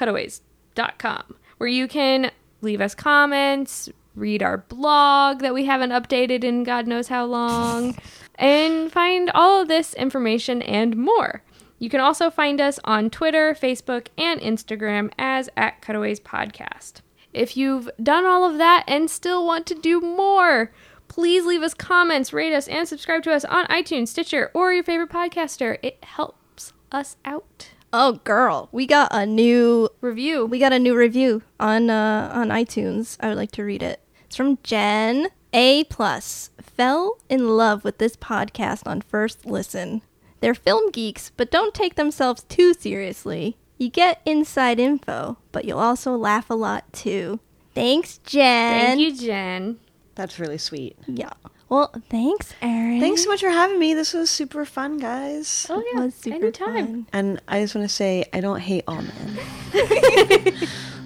Speaker 2: www.thecutaways.com where you can leave us comments, read our blog that we haven't updated in God knows how long, and find all of this information and more. You can also find us on Twitter, Facebook, and Instagram as at Cutaways Podcast. If you've done all of that and still want to do more, please leave us comments, rate us, and subscribe to us on iTunes, Stitcher, or your favorite podcaster. It helps us out.
Speaker 1: Oh, girl, we got a new
Speaker 2: Review.
Speaker 1: we got a new review on uh, on iTunes. I would like to read it. It's from Jen A plus. Fell in love with this podcast on first listen. They're film geeks, but don't take themselves too seriously. You get inside info, but you'll also laugh a lot too. Thanks, Jen.
Speaker 2: Thank you, Jen.
Speaker 3: that's really sweet.
Speaker 2: Mm-hmm.
Speaker 1: Yeah. Well, thanks, Erin.
Speaker 3: Thanks so much for having me. This was super fun, guys.
Speaker 2: Oh,
Speaker 1: That
Speaker 2: yeah.
Speaker 1: was super
Speaker 2: Anytime.
Speaker 1: fun.
Speaker 3: And I just want to say I don't hate all men.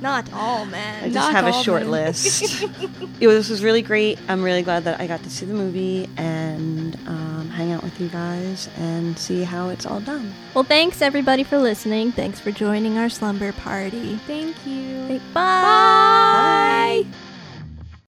Speaker 1: Not all
Speaker 3: I
Speaker 1: men.
Speaker 3: just
Speaker 2: Not
Speaker 3: have a
Speaker 2: all
Speaker 3: short
Speaker 2: men.
Speaker 3: list. it was, this was really great. I'm really glad that I got to see the movie and um, hang out with you guys and see how it's all done.
Speaker 1: Well, thanks everybody for listening. Thanks for joining our slumber party.
Speaker 2: Thank you.
Speaker 1: Bye. Bye.